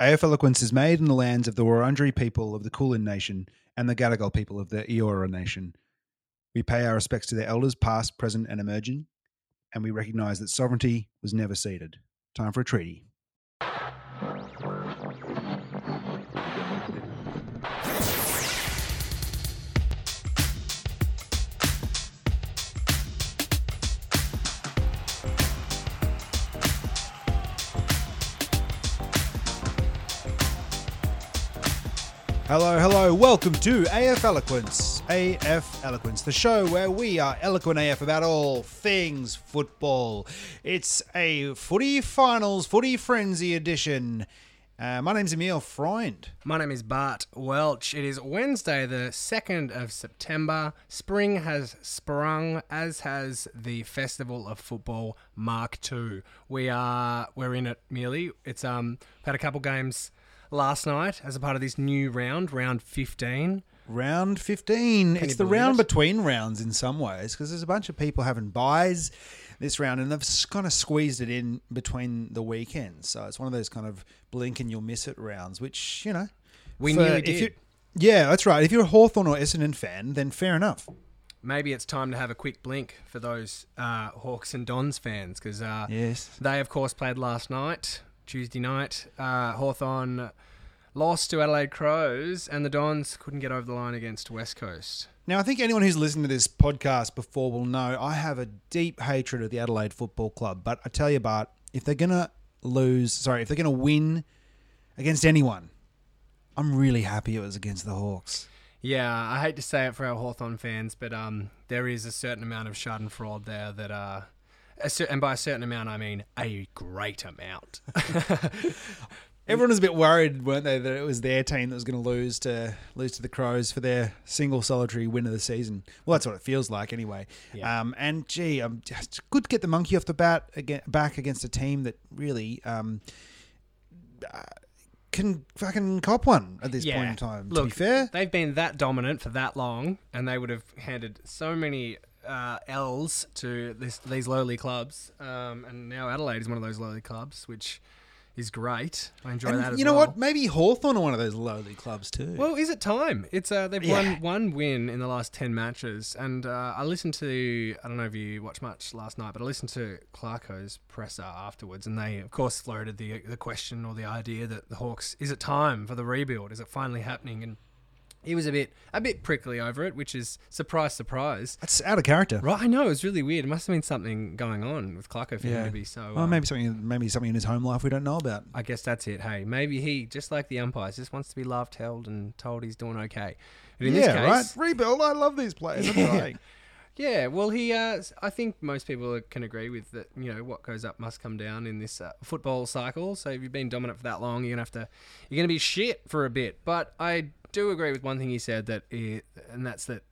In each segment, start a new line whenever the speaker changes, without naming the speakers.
AF Eloquence is made in the lands of the Wurundjeri people of the Kulin Nation and the Gadigal people of the Eora Nation. We pay our respects to their elders, past, present, and emerging, and we recognise that sovereignty was never ceded. Time for a treaty. Hello, hello, welcome to AF Eloquence. AF Eloquence, the show where we are eloquent AF about all things football. It's a footy finals, footy frenzy edition. Uh, my name's Emil Freund.
My name is Bart Welch. It is Wednesday, the 2nd of September. Spring has sprung, as has the Festival of Football Mark II. We are we're in it merely. It's um had a couple games last night as a part of this new round, round 15.
Round 15. it's
you
the
believe
round
it?
between rounds in some ways because there's a bunch of people having buys this round and they've kind of squeezed it in between the weekends. So it's one of those kind of blink and you'll miss it rounds, which, you know.
We
for-
nearly
if
did.
you- yeah, that's right. If you're a Hawthorn or Essendon fan, then fair enough.
Maybe it's time to have a quick blink for those uh, Hawks and Dons fans because uh,
Yes.
They, of course, played last night, Tuesday night. Uh, Hawthorn lost to Adelaide Crows, and the Dons couldn't get over the line against West Coast.
Now, I think anyone who's listened to this podcast before will know I have a deep hatred of the Adelaide Football Club. But I tell you, Bart, if they're going to lose, sorry, if they're going to win against anyone, I'm really happy it was against the Hawks.
Yeah, I hate to say it for our Hawthorn fans, but um, there is a certain amount of schadenfreude there that. Uh, a cer- and by a certain amount, I mean a great amount.
Everyone was a bit worried, weren't they, that it was their team that was going to lose to lose to the Crows for their single solitary win of the season. Well, that's what it feels like anyway.
Yeah.
Um, and gee, um, just good to get the monkey off the bat again, back against a team that really um, uh, can fucking cop one at this point in time. to be fair,
they've been that dominant for that long, and they would have handed so many uh, L's to this, these lowly clubs. Um, and now Adelaide is one of those lowly clubs, which is great. I enjoy
And
that. As
you know
well.
what? Maybe Hawthorn are one of those lowly clubs too.
Well, is it time? It's uh, they've
Yeah.
won one win in the last ten matches, and uh, I listened to I don't know if you watched much last night, but I listened to Clarko's presser afterwards, and they of course floated the the question or the idea that the Hawks is it time for the rebuild? Is it finally happening? And he was a bit a bit prickly over it, which is surprise, surprise.
that's out of character.
Right, I know it was really weird. It must have been something going on with Clarko for him to be so.
well,
um,
maybe something, maybe something in his home life we don't know about.
I guess that's it. Hey, maybe he, just like the umpires, just wants to be loved, held, and told he's doing okay. But in this
yeah,
case,
right. Rebuild. I love these players. I'm trying.
yeah. Well, he, uh, s- I think most people can agree with that. You know, what goes up must come down in this uh, football cycle. So if you've been dominant for that long, you're gonna have to, you're gonna be shit for a bit. But I do agree with one thing he said that, it, and that's that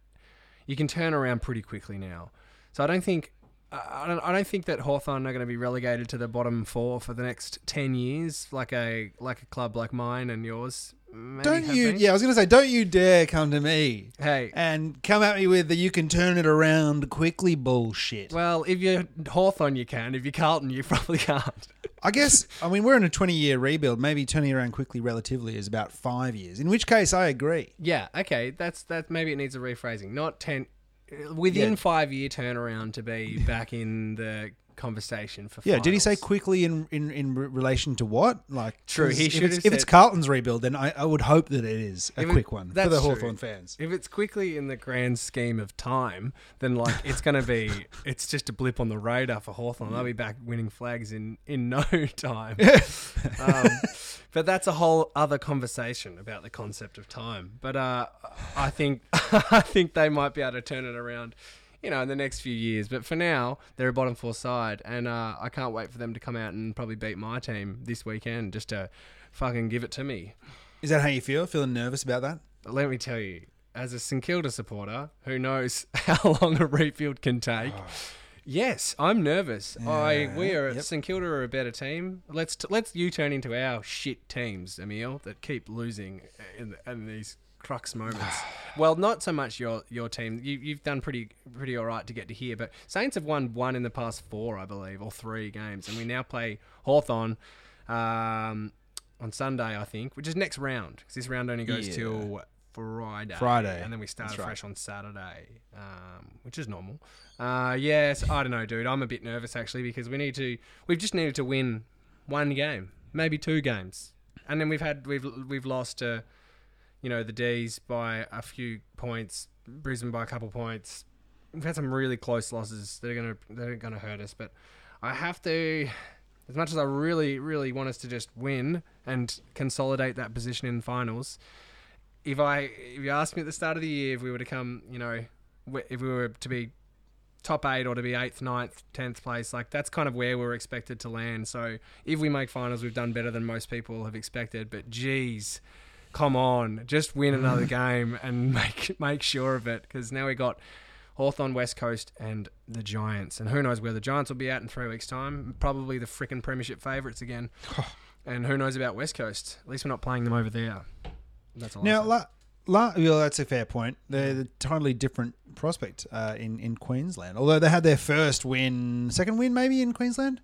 you can turn around pretty quickly now. So I don't think I I don't, I don't think that Hawthorn are going to be relegated to the bottom four for the next ten years, like a like a club like mine and yours. Maybe
Don't
have
you?
been.
Yeah, I was going to say, don't you dare come to me
Hey.
and come at me with the you can turn it around quickly bullshit.
Well, if you're Hawthorn, you can. If you're Carlton, you probably can't.
I guess, I mean, we're in a 20 year rebuild. Maybe turning around quickly relatively is about five years, in which case I agree.
Yeah. Okay. That's that. Maybe it needs a rephrasing. Not ten. Within
Yeah.
five year turnaround to be back in the conversation for.
Yeah, did he say
finals.
quickly in, in, in re- relation to what? Like,
True,
'cause
he
if
should
it's,
have
If it's
said-
Carlton's rebuild, then I, I would hope that it is a
If it-
quick one for
that's
the
true.
Hawthorn fans.
If it's quickly in the grand scheme of time, then like it's gonna be, it's just a blip on the radar for Hawthorn. They'll be back winning flags in in no time. um, but that's a whole other conversation about the concept of time. But uh, I think I think they might be able to turn it around, you know, in the next few years. But for now, they're a bottom four side, and uh, I can't wait for them to come out and probably beat my team this weekend just to fucking give it to me.
Is that how you feel? Feeling nervous about that?
Let me tell you, as a St Kilda supporter who knows how long a rebuild can take, yes, I'm nervous. I we are
yep.
St Kilda are a better team. Let's t- let's you turn into our shit teams, Emil, that keep losing in, in these crux moments. well, not so much your your team. You you've done pretty pretty all right to get to here, but Saints have won one in the past four, I believe, or three games, and we now play Hawthorn. Um, on Sunday, I think, which is next round because this round only goes
Yeah.
till Friday.
Friday.
and then we start
That's right.
fresh on Saturday, um, which is normal. Uh, yes, I don't know, dude. I'm a bit nervous actually because we need to. We've just needed to win one game, maybe two games, and then we've had we've we've lost. Uh, you know, the D's by a few points, Brisbane by a couple points. We've had some really close losses that are gonna that are gonna hurt us, but I have to as much as I really, really want us to just win and consolidate that position in finals, if I if you asked me at the start of the year if we were to come, you know, wh- if we were to be top eight or to be eighth, ninth, tenth place, like that's kind of where we're expected to land. So if we make finals, we've done better than most people have expected. But geez, come on, just win another game and make make sure of it because now we got. Hawthorn, West Coast, and the Giants. And who knows where the Giants will be at in three weeks' time. Probably the frickin' Premiership favourites again. and who knows about West Coast? At least we're not playing them over there. That's all I
Now,
say.
la, la, well, that's a fair point. They're the totally different prospect uh, in in Queensland. Although they had their first win, second win maybe in Queensland,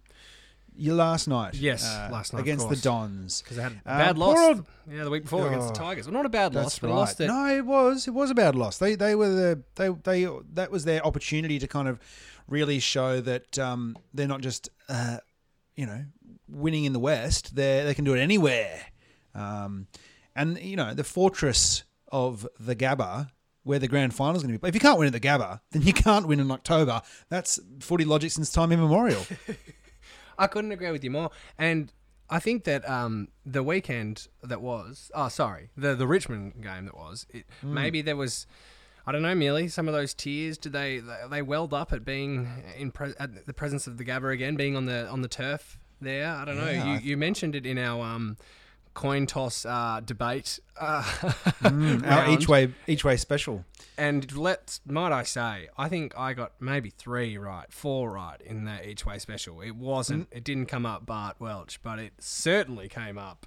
you last night. Uh,
Yes, last night, of
against the
course.
Dons.
Because they had a
Uh,
bad
poor
loss.
old-
yeah, the week before against the
Oh,
Tigers. Well, not a bad loss,
That's
but
right.
a loss that.
no, it was it was a bad loss. They they were the they they that was their opportunity to kind of really show that um, they're not just uh, you know winning in the West. They they can do it anywhere. Um, and you know the fortress of the Gabba. Where the grand final's going to be. If you can't win at the Gabba, then you can't win in October. That's footy logic since time immemorial.
I couldn't agree with you more. And I think that um, the weekend that was, oh, sorry, the the Richmond game that was, it,
Mm.
maybe there was, I don't know, merely some of those tears. Did they they- they welled up at being in pre- at the presence of the Gabba again, being on the on the turf there? I don't know.
Yeah,
you
I-
you mentioned it in our. Um, Coin toss uh, debate, uh,
Mm, Our
round.
each way each way special.
And let's, might I say, I think I got maybe three right, four right in that each way special. It wasn't, it didn't come up Bart Welch, but it certainly came up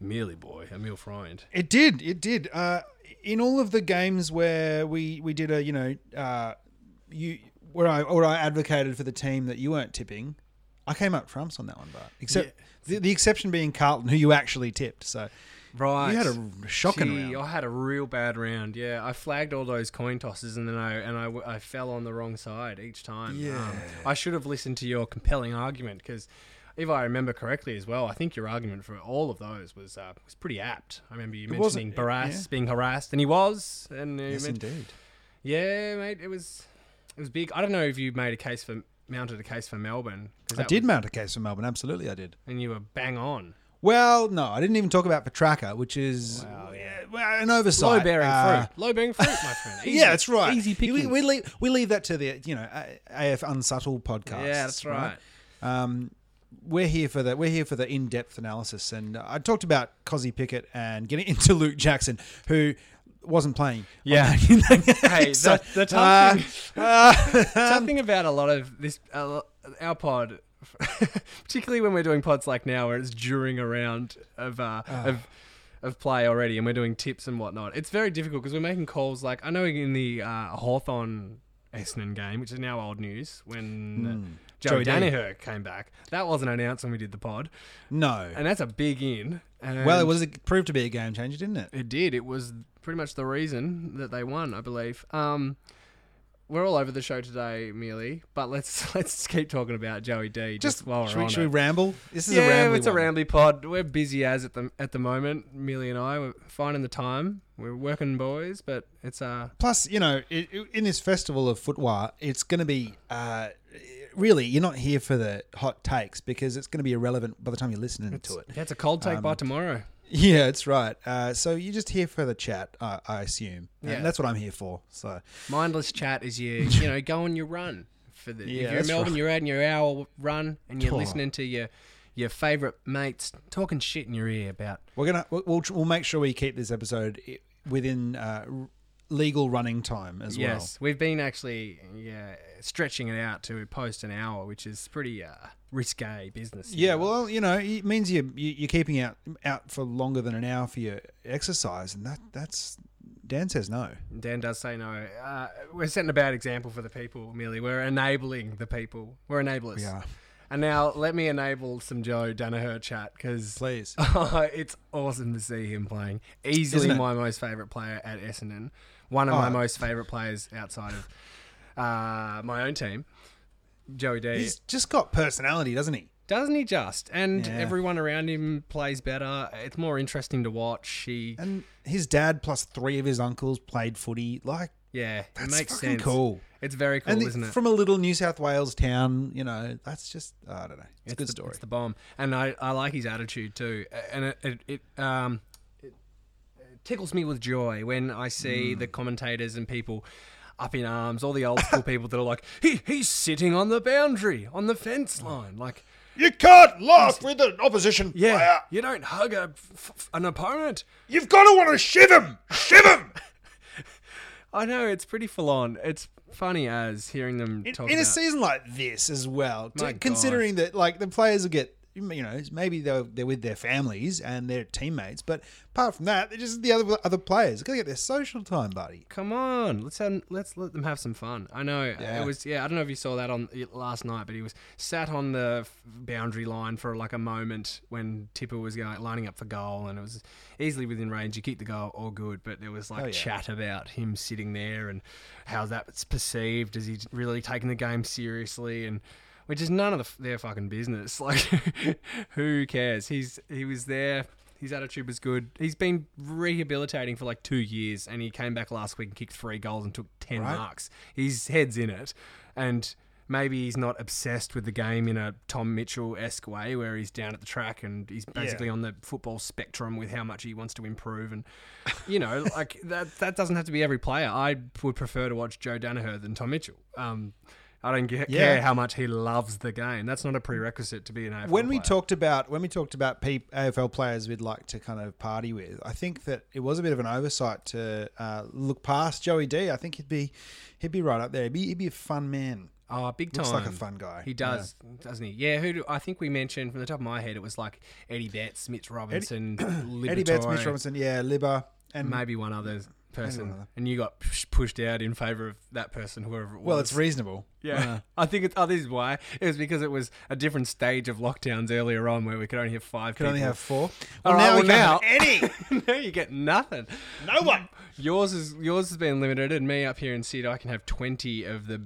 Mealy Boy, Emil Freund.
It did. It did. Uh, in all of the games where we we did a you know uh, you where I where I advocated for the team that you weren't tipping, I came up trumps on that one, Bart. Except the, the exception being Carlton, who you actually tipped. So
Right.
you had a shocking
Gee,
round.
I had a real bad round. Yeah, I flagged all those coin tosses and then I and I, w- I fell on the wrong side each time. Um,
Yeah.
I should have listened to your compelling argument because, if I remember correctly as well, I think your argument for all of those was uh, was pretty apt. I remember you
wasn't-
mentioning Barras
yeah.
being harassed, and he was. And you
Yes,
men-
indeed.
yeah, mate, it was it was big. I don't know if you made a case for mounted a case for Melbourne. 'cause
I
that
did
was-
mount a case for Melbourne. Absolutely, I did.
and you were bang on.
Well, no, I didn't even talk about Petraka, which is yeah, well, an oversight.
Low bearing
Uh,
fruit. Low bearing fruit, my friend. Easy,
Yeah, that's right.
Easy
We-
picking.
We, leave we leave that to the you know A- AF unsubtle podcast.
yeah, that's right.
Um, we're here for the we're here for the in depth analysis, and I talked about Cozzy Pickett and getting into Luke Jackson, who wasn't playing.
Yeah.
hey, uh,
Hey, the, the tough, thing, tough thing about a lot of this, a lo- our pod, particularly when we're doing pods like now, where it's during a round of uh, of of play already, and we're doing tips and whatnot. It's very difficult because we're making calls. Like I know in the uh, Hawthorn Essendon game, which is now old news, when Hmm.
Joey
Joey,
D.
Danaher came back, that wasn't announced when we did the pod,
no.
and that's a big in. And
Well, it was it proved to be a game changer, didn't it?
it did. It was pretty much the reason that they won, I believe. Um, we're all over the show today, merely, but let's let's keep talking about Joey D. Just, while we're
should, we,
on
should
it.
we ramble? This is
yeah,
a ramble.
it's a rambly pod. We're busy as at the at the moment. Merely and I, we're finding the time. We're working, boys, but it's uh
Plus, you know, i i- in this festival of footwear, it's going to be uh, really you're not here for the hot takes because it's going to be irrelevant by the time you're listening to it.
yeah, it's a cold take
Um,
by tomorrow.
Yeah, it's right. Uh, so you're just here for the chat, I, I assume.
Yeah.
And that's what I'm here for. So
Mindless chat is you you know go on your run for the
Yeah,
if you're
that's
in Melbourne
right.
you're out in your hour run and you're
Oh.
listening to your your favourite mates talking shit in your ear about
we're gonna we'll we'll, we'll make sure we keep this episode i- within uh, r- legal running time as
Yes, we've been actually yeah stretching it out to post an hour, which is pretty uh, risque business.
well. Yeah, well, you know, it means you you- you're keeping out out for longer than an hour for your exercise, and that that's Dan says no.
Dan does say no. Uh, we're setting a bad example for the people. Merely, we're enabling the people. We're enablers.
are.
And now let me enable some Joe Danaher chat because
Please.
it's awesome to see him playing. Easily
Isn't it?
my most favourite player at Essendon. One of my
Oh.
most favourite players outside of uh, my own team, Joey D.
He's just got personality, doesn't he?
Doesn't he just? And
Yeah.
everyone around him plays better. It's more interesting to watch. She,
And his dad plus three of his uncles played footy. Like,
yeah,
that's
it makes
fucking
sense.
cool.
It's very cool,
and the-
isn't it?
from a little New South Wales town, you know, that's just, I don't know. It's, a good
the,
story.
It's the bomb, and I, I like his attitude too, A- and it it, it um it tickles me with joy when I
Mm.
see the commentators and people up in arms, all the old school people that are like, he he's sitting on the boundary, on the fence line, like
You can't laugh with an opposition
yeah, you don't hug a f- f- an opponent.
You've got to want to shiv him. Shiv him.
I know it's pretty full on. It's funny as hearing them
In,
talk
in a
about.
season like this as well, to-
My God.
considering that like the players will get, you know, maybe they're, they're with their families and their teammates, but apart from that, they're just the other other players. Got to get their social time, buddy.
Come on, let's have, let's let them have some fun. I know
Yeah.
it was yeah. I don't know if you saw that on it last night, but he was sat on the f- boundary line for like a moment when Tipper was going lining up for goal, and it was easily within range. You keep the goal, all good. But there was like
Oh, yeah.
chat about him sitting there and how that's perceived. Is he really taking the game seriously? And which is none of the, f- their fucking business. Like, who cares? He's he was there. His attitude was good. He's been rehabilitating for like two years, and he came back last week and kicked three goals and took ten
Right.
marks. His head's in it, and maybe he's not obsessed with the game in a Tom Mitchell esque way, where he's down at the track and he's basically on the football spectrum with how much he wants to improve. And you know, like that that doesn't have to be every player. I would prefer to watch Joe Danaher than Tom Mitchell. Um, I don't ge-
Yeah.
care how much he loves the game. That's not a prerequisite to be an AFL
when we
player.
talked about when we talked about pe- AFL players we'd like to kind of party with, I think that it was a bit of an oversight to uh, look past Joey D. I think he'd be he'd be right up there. He'd be, he'd be a fun man.
Oh, big time.
Looks like a fun guy.
He does, doesn't he? Yeah, who do I think we mentioned from the top of my head it was like Eddie Betts, Mitch Robinson, Eddie,
Eddie Betts, Mitch Robinson, yeah, Libba, and
maybe one other person.
other.
And you got push- pushed out in favor of that person, whoever it was.
well, it's reasonable.
yeah. I think it's oh, this is why. It was because it was a different stage of lockdowns earlier on where we could only have five
Could
people.
only have four.
All right,
we
Oh, well,
can't have
no, you get nothing.
any, no one.
Yours is yours has been limited, and me up here in Sid, I can have twenty of the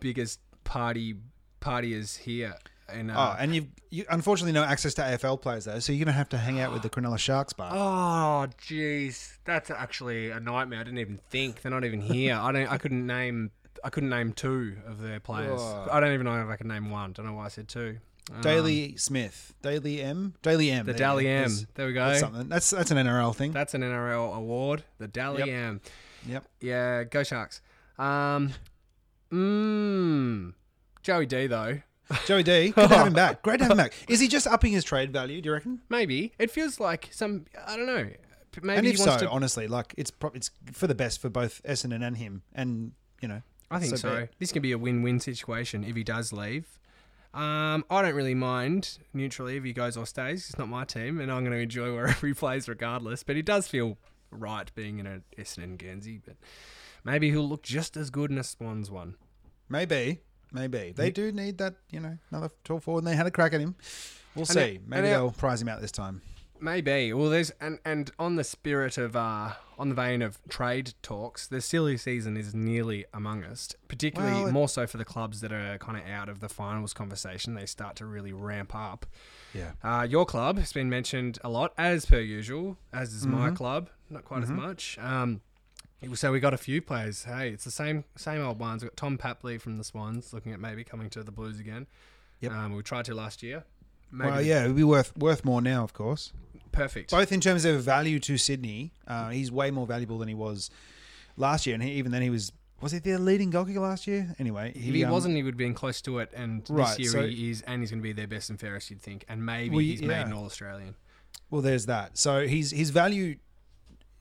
biggest party partiers here. And
Oh,
uh,
and you've you, unfortunately no access to AFL players though, so you're gonna have to hang out with the Cronulla Sharks bar.
Oh, jeez, that's actually a nightmare. I didn't even think they're not even here. I don't. I couldn't name. I couldn't name two of their players.
Whoa.
I don't even know if I could name one. Don't know why I said two. Um,
Daly Smith, Daily M, Daily M,
the
there you
Dally
go.
M.
That's-
There we
That's
go.
something. That's that's an NRL thing.
That's an NRL award. The Dally
Yep.
M.
yep.
Yeah, go Sharks. Um, mmm. Joey D though.
Joey D, good to have him back. Great to have him back. Is he just upping his trade value? Do you reckon?
Maybe it feels like some. I don't know. P- Maybe
and
he
if so,
wants to.
honestly, like it's pro- it's for the best for both Essendon and him, and you know.
I think so.
be it.
This can be a win-win situation if he does leave. Um, I don't really mind neutrally if he goes or stays. It's not my team, and I'm going to enjoy wherever he plays regardless. But he does feel right being in a Essendon Guernsey. But maybe he'll look just as good in a Swans one.
Maybe, maybe they do need that. You know, another tall forward, and they had a crack at him. We'll see.
it-
maybe
and it-
they'll prize him out this time.
Maybe. Well, there's and and on the spirit of uh, on the vein of trade talks, the silly season is nearly among us. Particularly
Well, it-
more so for the clubs that are kind of out of the finals conversation. They start to really ramp up.
Yeah.
Uh, your club has been mentioned a lot, as per usual, as is
Mm-hmm.
my club, not quite as much. Um, so we got a few players. Hey, it's the same same old ones. We've got Tom Papley from the Swans, looking at maybe coming to the Blues again.
Yep.
Um, we tried to last year. Maybe
Well, yeah, it'd be worth worth more now, of course.
Perfect.
Both in terms of value to Sydney, uh, he's way more valuable than he was last year, and he, even then he was was he their leading goal kicker last year? Anyway,
If he
um,
wasn't, he would have been close to it. And
Right,
this year
so-
he is, and he's going to be their best and fairest, you'd think. And maybe
Well,
he's
yeah.
made an All Australian.
Well, there's that. So his his value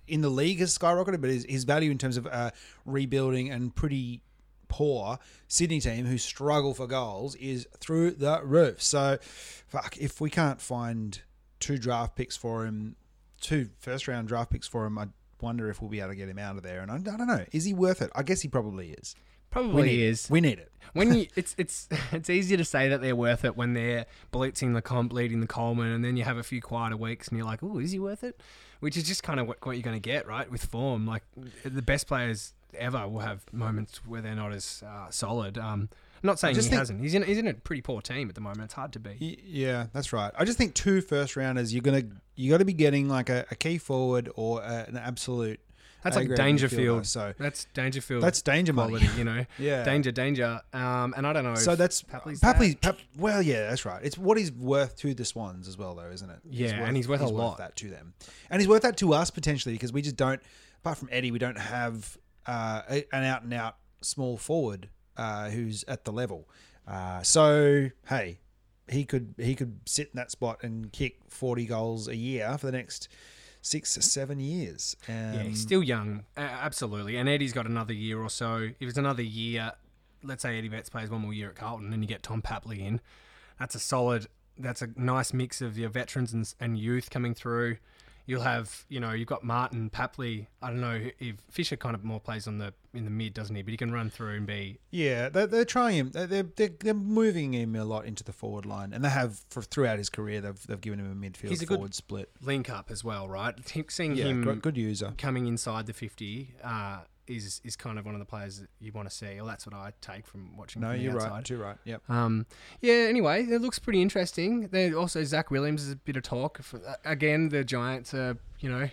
in the league has skyrocketed, but his, his value in terms of uh, rebuilding and pretty poor Sydney team who struggle for goals is through the roof. So, fuck, if we can't find two draft picks for him, two first round draft picks for him, I wonder if we'll be able to get him out of there. And I, I don't know, is he worth it? I guess he probably is.
Probably
We need
is.
It. We need it.
when you it's it's it's easier to say that they're worth it when they're blitzing the comp, leading the Coleman, and then you have a few quieter weeks and you're like, oh, is he worth it? Which is just kind of what, what you're going to get, right? With form, like the best players ever will have moments where they're not as uh, solid. Um, I'm not saying he
just think-
hasn't. He's in he's in a pretty poor team at the moment. It's hard to be.
Y- Yeah, that's right. I just think two first rounders, you're gonna you got to be getting like a, a key forward or a, an absolute.
That's
A
like
grade
Dangerfield.
midfielder, So
That's Dangerfield.
that's danger money.
quality, you know.
Yeah.
Danger, danger. Um, and I don't know.
So
if-
that's
Papley's
Papley's. Papley's Pap, well, yeah, that's right. It's what he's worth to the Swans as well, though, isn't it?
Yeah, and he's worth a lot.
that to them, and he's worth that to us potentially because we just don't. Apart from Eddie, we don't have uh, a- an out and out small forward uh, who's at the level. Uh, so hey, he could he could sit in that spot and kick forty goals a year for the next six or seven years. Um,
Yeah, he's still young, uh, absolutely. And Eddie's got another year or so. If it's another year, let's say Eddie Betts plays one more year at Carlton, and you get Tom Papley in, that's a solid. That's a nice mix of your veterans and, and youth coming through. You'll have, you know, you've got Martin Papley. I don't know if Fisher kind of more plays on the in the mid, doesn't he? But he can run through and be
Yeah, they're, they're trying him. They're, they're- they're, they're moving him a lot into the forward line, and they have for, throughout his career. They've, they've given him a midfield
He's a good-
forward split.
link up as well, right? Think- Seeing
Yeah,
him
good, good user.
coming inside the 50 uh, is is kind of one of the players that you want to see. Well, that's what I take from watching.
No,
from the
you're
outside.
right. You're right. Yep.
Um, yeah. Anyway, it looks pretty interesting. There also Zach Williams is a bit of talk. For, uh, again, the Giants are you know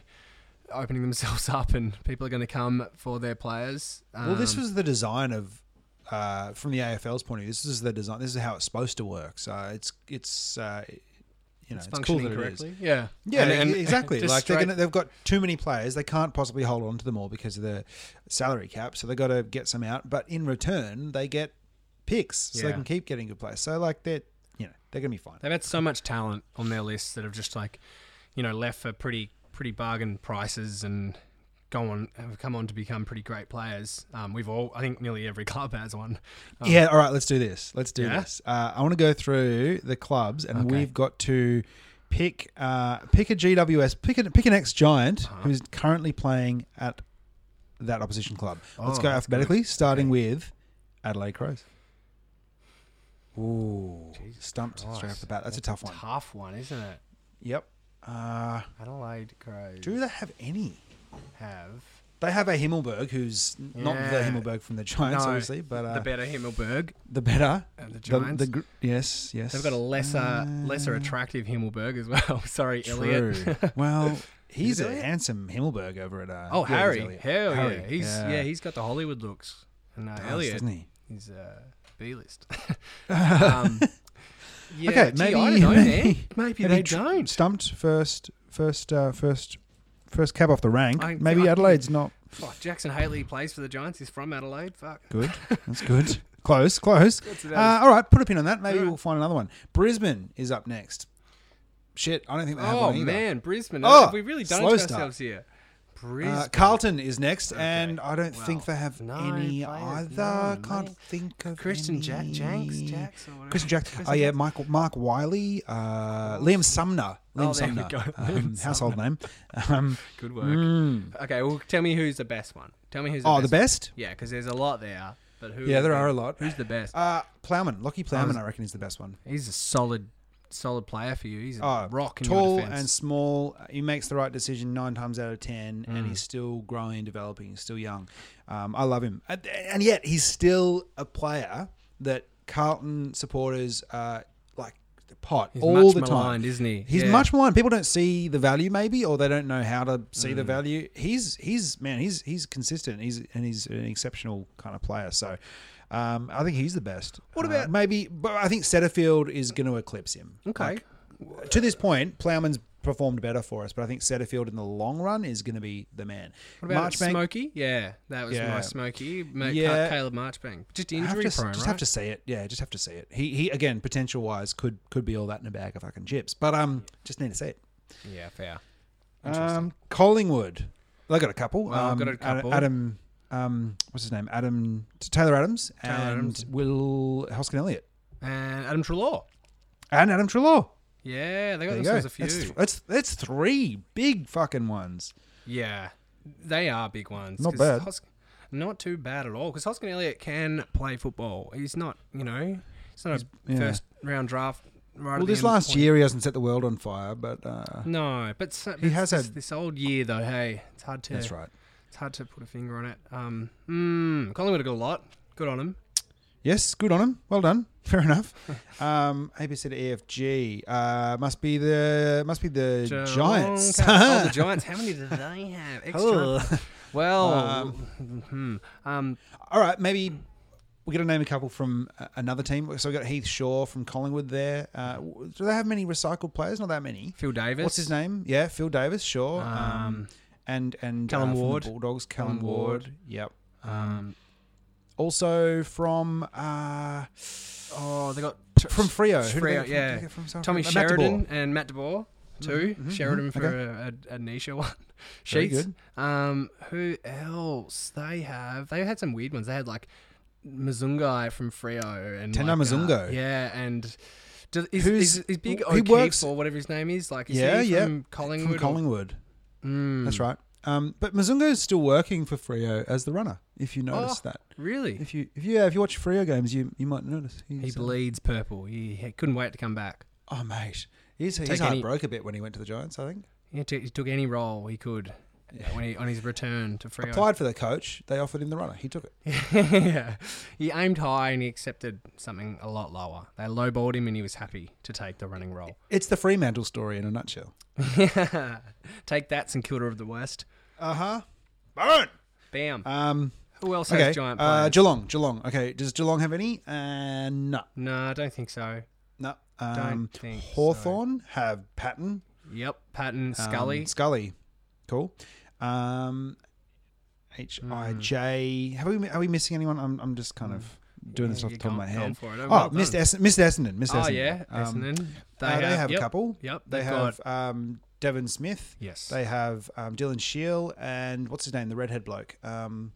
opening themselves up, and people are going to come for their players. Um,
Well, this was the design of, uh, from the AFL's point of view. This is the design. This is how it's supposed to work. So it's it's uh, you know it's, cool
functioning
that it is.
correctly. Yeah.
Yeah,
And-
e-
and
exactly.
just
Like they're
straight-
gonna, they've got too many players. They can't possibly hold on to them all because of the salary cap. So they've got to get some out. But in return, they get picks, so they
Yeah.
can keep getting good players. So like they're you know they're gonna be fine.
They've had so much talent on their list that have just like, you know, left for pretty pretty bargain prices and go on have come on to become pretty great players. Um, we've all I think nearly every club has one. Um,
yeah. All right. Let's do this. Let's do
Yeah?
this. Uh, I want to go through the clubs, and
Okay.
we've got to pick uh, pick a GWS, pick a, pick an ex Giant
Uh-huh.
who's currently playing at that opposition club. Let's
Oh,
go
that's good.
alphabetically, starting with Adelaide Crows. Ooh,
Jesus
stumped straight off
Christ.
the bat. That's a tough one.
Tough one, isn't it?
Yep. Uh,
Adelaide Crows
do they have any?
have
They have a Himmelberg, who's n- not the
Yeah.
Himmelberg from the Giants, obviously, but uh,
the better Himmelberg
the better.
and the
The,
Giants.
the gr- yes, yes. Uh,
They've got a lesser, lesser attractive Himmelberg as well. Sorry, Elliot.
True. well, he's a
it Elliot?
handsome Himmelberg over at. Uh,
oh,
yeah, it is
Harry.
Elliot.
Hell
Harry,
yeah, he's yeah. he's got the Hollywood looks. And uh,
Does,
Elliot
doesn't he?
is uh, B list. um, yeah,
Okay,
gee, I
maybe-
don't know, man.
maybe-
maybe
Maybe
they
tr-
don't.
Stumped first, first, uh, first, first cab off the rank.
I-
Maybe
I-
Adelaide's not
Fuck, Jackson Haley plays for the Giants. He's from Adelaide. Fuck.
good. That's good. Close, close.
That's about
Uh, all right, put a pin on that. Maybe
All right.
we'll find another one. Brisbane is up next. Shit, I don't think they have
Oh
one either.
man, Brisbane.
Oh,
have we really done it
slow
to
start.
ourselves here? Brisbane.
Uh, Carlton is next, and
Okay,
I don't think
well,
they have
no
any
players,
either.
no,
Can't
mate.
think of
Christian Jack,
any.
Janks, Jacks, or whatever.
Christian Jack. Oh yeah, Michael Mark Wiley, uh, Liam Sumner. Liam
Oh, there we
Sumner.
go.
Um,
Liam
household name. Um,
Good work. Okay, well, tell me who's the best one. Tell me who's the
Mm. oh, the
best.
best.
one. Yeah, because there's a lot there. But who?
Yeah,
is
there
the-
are a lot.
Who's the best?
Uh, Plowman, Lockie Plowman,
was-
I reckon is the best one.
He's a solid, solid player for you. He's a
Oh,
rock in
tall
your defense.
and small. He makes the right decision nine times out of ten,
Mm.
and he's still growing, developing. He's still young. Um, I love him, and, and yet he's still a player that Carlton supporters uh, like pot
He's
all
much
the time.
maligned, isn't he?
He's
Yeah.
much maligned. People don't see the value, maybe, or they don't know how to see
Mm.
the value. He's he's man. He's he's consistent. He's and he's an exceptional kind of player. So. Um, I think he's the best. What about maybe? But I think Setterfield is going to eclipse him.
Okay.
Like, to this point, Plowman's performed better for us, but I think Setterfield in the long run is going to be the man.
What about
Marchbank,
Smokey? Yeah, that was
Yeah.
nice, Smokey. Mate,
Yeah.
yeah. Caleb Marchbank. Just
I have to,
injury prone,
just
right?
have to see it. Yeah, just have to see it. He he again, potential wise, could could be all that in a bag of fucking chips, but um, just need to see it.
Yeah, fair.
Um, Collingwood, they got a couple.
Well,
um,
got a
Ad-
couple.
Adam, um, what's his name? Adam Taylor Adams
Taylor
and
Adams.
Will Hoskin Elliott
And Adam Trelaw.
and Adam Trelaw.
Yeah, they got
There you go.
themselves a
That's,
few.
th- that's that's three big fucking ones.
yeah, they are big ones.
Not
'cause
bad.
Hos- not too bad at all because Hoskin Elliott can play football. He's not, you know, he's not a
yeah.
first round draft. Right
Well,
at the
this
end
last
point.
year he hasn't set the world on fire, but uh,
No, but so,
He
but
has
this,
had-
this old year though. Hey, it's hard to
that's right.
it's hard to put a finger on it. Um, mm, Collingwood have got a lot. Good on him.
Yes, good on him. Well done. Fair enough. Um, ABC to EFG uh, must be the must be the Giants.
oh, the Giants. How many do they have?
Oh.
Extra. Well, hmm. um,
All right, maybe we're going to name a couple from uh, another team. So we got Heath Shaw from Collingwood there. Uh, w- do they have many recycled players? Not that many.
Phil Davis.
What's his name? Yeah, Phil Davis, sure. Um,
Um,
and and uh,
Callum
from the
Ward.
Bulldogs, Callum,
Callum
Ward.
Ward.
Yep.
Um,
Also from uh,
oh, they got
from Frio. Who did they
Freo,
get from-
yeah.
did they get from South
Tommy
Freo? Uh, Matt
Sheridan
DeBoer. Mm-hmm,
and Matt DeBoer too. Sheridan for a, a, a Nisha one.
Very
Sheets.
good.
Um, who else? They have. They had some weird ones. They had like Mazungai from Frio and
Tendai
like, uh,
Mzungu.
yeah, and. do- Is,
Who's-
is, is big
he
O'Keefe
works-
or whatever his name is? Like, is
Yeah,
he
yeah,
from Collingwood?
From
or-
Collingwood.
Mm.
That's right. Um, but Mazungo is still working for Frio as the runner. If you
Oh.
notice that,
Really?
if you if you yeah, if you watch Frio games, you you might notice
He
he's, uh,
bleeds purple. He, he couldn't wait to come back.
Oh mate, his, his
Take
heart
any-
broke a bit when he went to the Giants. I think
He, t- he took any role he could when he, on his return to Freo.
applied for the coach. They offered him the runner. He took it.
yeah. He aimed high and he accepted something a lot lower. They lowballed him and he was happy to take the running role.
It's the Fremantle story in a nutshell.
take that, St Kilda of the West.
Uh
Uh-huh.
huh. Burn.
Bam.
Um.
Who else
okay.
has giant
uh,
players?
Geelong. Geelong. Okay. Does Geelong have any? Uh, no.
no, I don't think so.
No. Um,
think so.
Hawthorn have Patton.
Yep. Patton,
um,
Scully.
Scully. Cool. Um, H I J. Have we are we missing anyone? I'm I'm just kind of doing this
Hmm. Yeah,
off the
you're
top of my
going- going
head.
for it.
Oh,
Oh, well
Miss
done.
Essendon. Miss Essendon. Miss Essendon.
oh, yeah.
Um,
Essendon.
uh, they, have
yep,
a couple.
Yep.
They
they've
have
got-
um, Devin Smith.
Yes.
They have um, Dylan Sheil and what's his name, the redhead bloke. Um,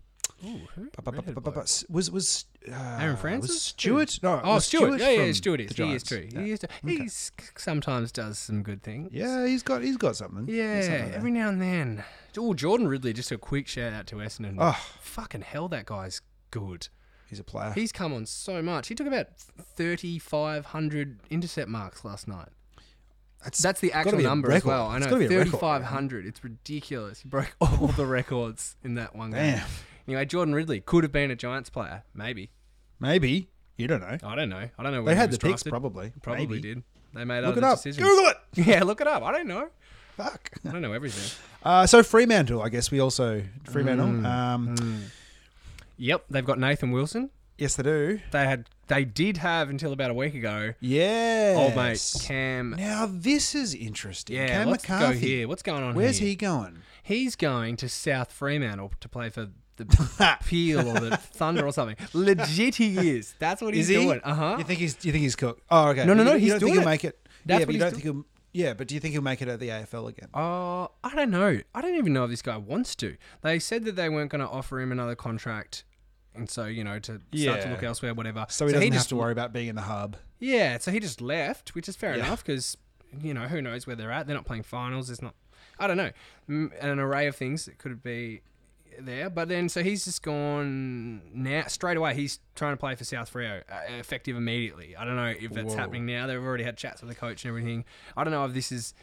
Ooh, who?
bu- bu- bu-
Redhead
bu- bu-
bloke.
bu- was was uh,
Aaron Francis?
was Stewart? No,
Oh,
Uh, was
Stewart. Yeah, yeah,
from
Stewart
the
is. He is
Giants.
true.
Yeah.
He is. He sometimes does some good things.
Yeah, he's got he's got something. He's
Yeah,
something there.
every now and then. Oh, Jordan Ridley, just a quick shout out to Essendon.
Oh.
Fucking hell, that guy's good.
he's a player.
He's come on so much. He took about 3,500 intercept marks last night.
That's,
That's the
gotta
actual
be a
number as
record.
well. I
It's
know,
gotta be a record.
3,500. It's ridiculous. He broke all the records in that one game.
Damn.
Anyway, Jordan Ridley could have been a Giants player. Maybe.
maybe you don't know.
I don't know. I don't know where
They
he
had
was
the picks
drafted.
probably.
Probably
Maybe.
did. They made
Look
other
it up.
decisions.
Google it.
Yeah, look it up. I don't know.
Fuck.
I don't know everything.
Uh, so Fremantle, I guess we also Fremantle.
Mm.
Um,
Yep, they've got Nathan Wilson.
Yes, they do.
They had they did have until about a week ago.
Yeah.
Old mate Cam.
Now this is interesting.
yeah,
Cam
let's
McCarthy.
go here. What's going on
Where's
here?
he going?
He's going to South Fremantle to play for the Peel or the Thunder or something. Legit, he is. That's what he's
is he?
doing. Uh huh.
You think he's? You think he's cooked? Oh, okay.
No, no,
You-
no,
You
he's
don't
doing
think
it.
he'll make it.
That's
yeah,
what
but you
he's
don't think he'll. Yeah, but do you think he'll make it at the AFL again?
Uh, I don't know. I don't even know if this guy wants to. They said that they weren't going to offer him another contract, and so you know to start to
Yeah.
look elsewhere, whatever.
So he doesn't have
just
to worry about being in the hub.
Yeah, so he just left, which is fair
Yeah.
enough 'cause enough because you know who knows where they're at. They're not playing finals. It's not. I don't know. M- An array of things that could be there, but then so he's just gone now straight away. He's trying to play for South Freo, uh, effective immediately. I don't know if that's
Whoa.
happening now. They've already had chats with the coach and everything. I don't know if this is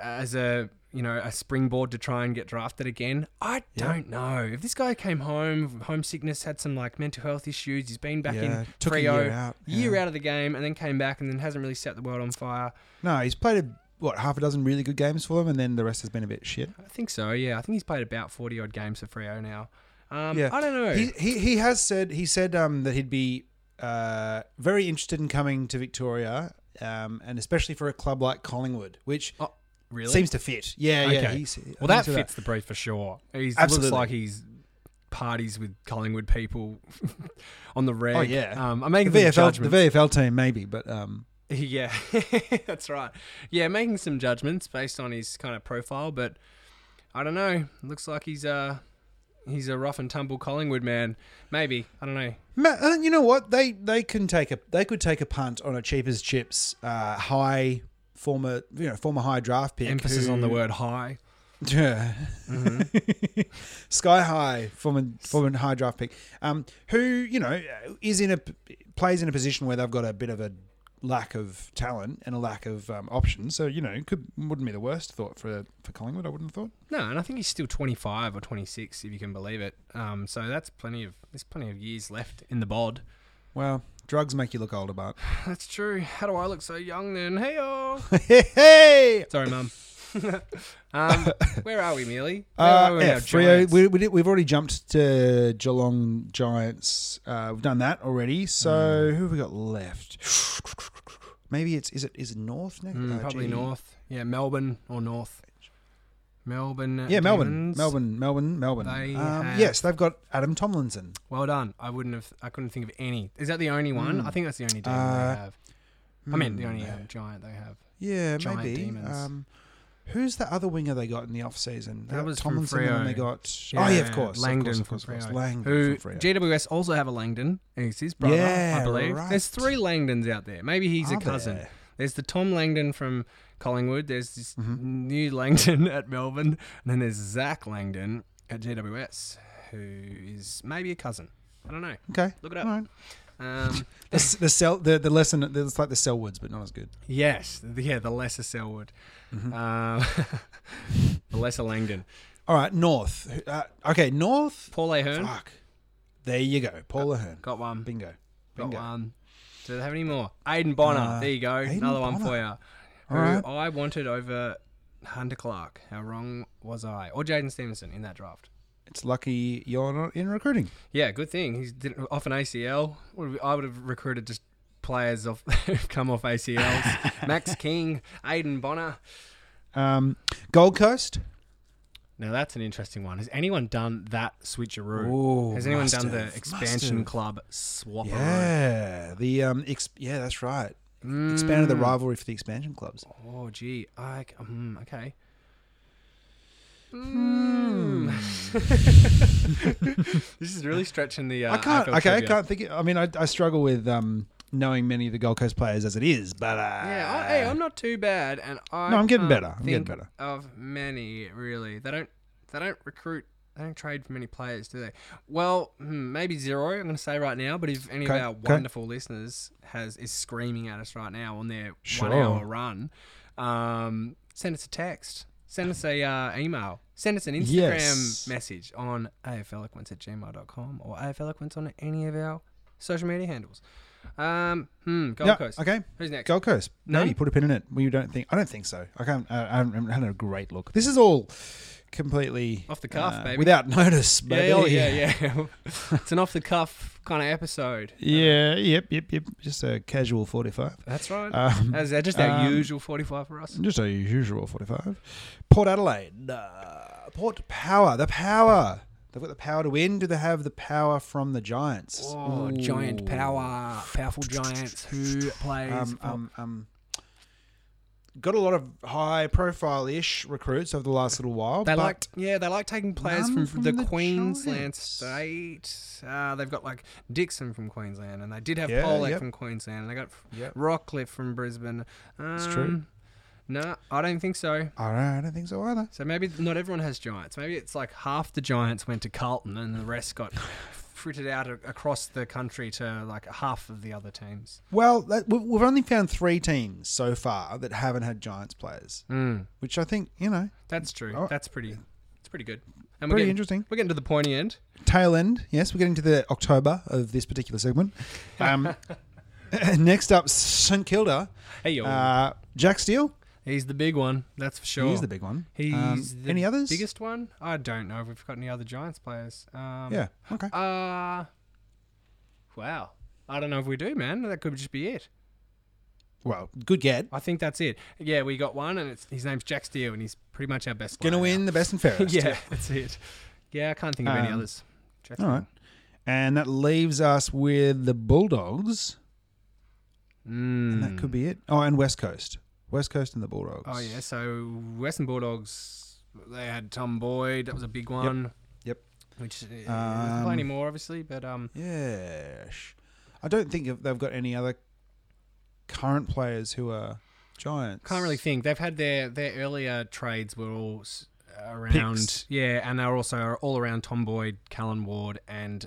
as a you know a springboard to try and get drafted again. I don't know if this guy came home from homesickness, had some like mental health issues. He's been back
Yeah,
in
took a
Freo
year out,
year
yeah.
out of the game, and then came back and then hasn't really set the world on fire.
No, he's played a, what half a dozen really good games for them, and then the rest has been a bit shit.
I think so. Yeah, I think he's played about forty odd games for Freo now. Um,
Yeah.
I don't know.
He he, he has said he said um, that he'd be uh, very interested in coming to Victoria, um, and especially for a club like Collingwood, which
oh, really?
seems to fit. Yeah, yeah.
Okay.
he's- I
well,
think
that
so
fits the brief for sure. He looks
Absolutely.
like he's parties with Collingwood people on the reg.
Oh, yeah.
Um, I'm making
The
the
VFL, the
judgment.
VFL team, maybe, but um,
Yeah, that's right. Yeah, making some judgments based on his kind of profile, but I don't know. Looks like he's a he's a rough and tumble Collingwood man. Maybe I don't know.
Ma- uh, you know what they they can take a they could take a punt on a cheap as chips uh, high former you know former high draft pick.
Emphasis
who-
on the word high.
Yeah. Sky high former former high draft pick, um, who you know is in a plays in a position where they've got a bit of a lack of talent and a lack of um, options. So you know could wouldn't be the worst thought for for Collingwood. I wouldn't have thought.
No, and I think he's still 25 or 26, if you can believe it. Um, so that's plenty of there's plenty of years left in the bod.
Well, drugs make you look older, Bart.
That's true. How do I look so young then? Hey,
hey, hey.
Sorry, mum. um, where are we, Mealy? Where
Uh,
are we in our
F, Rio,
Giants?
we, we did, we've already jumped to Geelong Giants. Uh, we've done that already. So
Hmm.
who have we got left? Maybe it's is it is it North next?
Mm,
Uh,
probably
gee.
north. Yeah, Melbourne or north. Melbourne. uh,
Yeah, Melbourne,
Demons.
Melbourne, Melbourne, Melbourne.
They
um,
have-
yes, they've got Adam Tomlinson.
Well done. I wouldn't have. I couldn't think of any. Is that the only one? I think that's the only demon
Uh,
they have. I mean, the
Hmm,
only
no.
um, giant they have.
yeah,
Giant
maybe.
Demons.
Um, who's the other winger they got in the off season?
That was from
Tomlinson, and then
Freo.
they got oh yeah, of course,
Langdon
of course, of
from
course, of
Freo,
course. Langdon
who
from Mm, Freo.
GWS also have a Langdon. He's his brother,
Yeah,
I believe.
right.
There's three Langdons out there. Maybe he's
Are
a cousin.
there?
There's the Tom Langdon from Collingwood. There's this
Mm-hmm.
new Langdon at Melbourne, and then there's Zach Langdon at GWS, who is maybe a cousin. I don't know.
okay,
Look it up.
All right.
Um,
The, s- the cell, the the lesson, it's like the Selwoods, but not as good.
yes, the, yeah, the lesser Selwood,
Mm-hmm.
Um, the lesser Langdon,
All right, North. Uh, okay, North.
Paul Ahern
Fuck. There you go, Paul Ahern.
got one.
Bingo.
Got
Bingo.
one. Do they have any more? Aiden Bonner.
Uh,
there you go.
Aidan
Another one
Bonner.
for you. Who
Alright.
I wanted over Hunter Clark. How wrong was I? Or Jaden Stevenson in that draft.
It's lucky you're not in recruiting.
Yeah, good thing he's didn't, off an ACL. Would've- I would have recruited just players off who've come off ACLs. Max King, Aiden Bonner.
Um, Gold Coast.
Now that's an interesting one. Has anyone done that switcheroo?
Ooh,
Has anyone
must
done
have,
the
must
expansion
have.
club swapperoo?
Yeah, the um, ex- yeah, that's right.
Mm.
Expanded the rivalry for the expansion clubs.
Oh, gee. I, c- mm, okay.
Hmm.
Mm. this is really stretching the. Uh,
I can't.
AFL
Okay, I
trivia.
can't think. It, I mean, I, I struggle with um, knowing many of the Gold Coast players as it is, but uh,
Yeah, I, hey, I'm not too bad, and I.
No, I'm getting
can't
better. I'm getting
think
better.
Of many, really, they don't. They don't recruit. They don't trade for many players, do they? Well, hmm, maybe zero. I'm going to say right now. But if any
Okay,
of our
okay.
wonderful listeners has is screaming at us right now on their
Sure.
one-hour run, um, send us a text. Send us a uh, email. Send us an Instagram
Yes.
message on afleloquence at gmail.com or afleloquence on any of our social media handles. Um, hmm, Gold
Yeah,
Coast.
okay.
Who's next?
Gold Coast.
No?
Maybe put a pin in it. We don't think. I don't think so. I can't. I, I haven't had a great look. This is all completely uh,
Off the cuff, baby.
without notice, baby.
Yeah, oh, yeah, yeah. it's an off the cuff kind of episode.
Yeah, Yep. Yep. Yep. Just a casual forty-five.
That's right.
Um,
That's that's uh, just our
um,
usual 45 for us.
Just a usual 45. Port Adelaide. Uh, Port Power. The power. They've got the power to win. Do they have the power from the Giants?
Oh, giant power, powerful giants who plays.
Um, um, um, got a lot of high profile ish recruits over the last little while.
they
but
like, yeah, they like taking players
none
from,
from
the,
the
Queensland
Giants.
state. Uh, they've got like Dixon from Queensland, and they did have
Yeah,
Pollock
yep.
from Queensland. And they got
Yep.
Rockcliffe from Brisbane. Um,
true.
No, I don't think so.
I don't, I don't think so either.
So maybe not everyone has Giants. Maybe it's like half the Giants went to Carlton and the rest got frittered out a- across the country to like half of the other teams.
Well, that, we- we've only found three teams so far that haven't had Giants players,
Mm.
which I think, you know,
That's true.
Hmm. Oh.
That's pretty. It's pretty good. And
Pretty
getting,
interesting.
We're getting to the pointy end.
tail end. Yes, we're getting to the October of this particular segment. Um, next up, St Kilda.
Hey yo,
Uh, Jack Steele.
he's the big one. That's for sure.
He's the big one.
He's
Um,
the
any others?
Biggest one? I don't know if we've got any other Giants players. Um,
Yeah. Okay.
Uh, wow. I don't know if we do, man. That could just be it.
well, good get.
I think that's it. Yeah, we got one, and it's his name's Jack Steele, and he's pretty much our best.
Gonna
player now.
win the best and fairest.
yeah, that's it. Yeah, I can't think of any
Um,
others. Check
All right. And that leaves us with the Bulldogs.
Mm.
That could be it. Oh, and West Coast. West Coast and the Bulldogs.
Oh yeah. So Western Bulldogs, they had Tom Boyd. That was a big one.
Yep.
Which uh, not play
Um,
anymore, obviously. But um,
Yes. I don't think if they've got any other current players who are Giants.
can't really think. They've had their their earlier trades were all s- around.
Picks.
Yeah, and they were also all around Tom Boyd, Callan Ward, and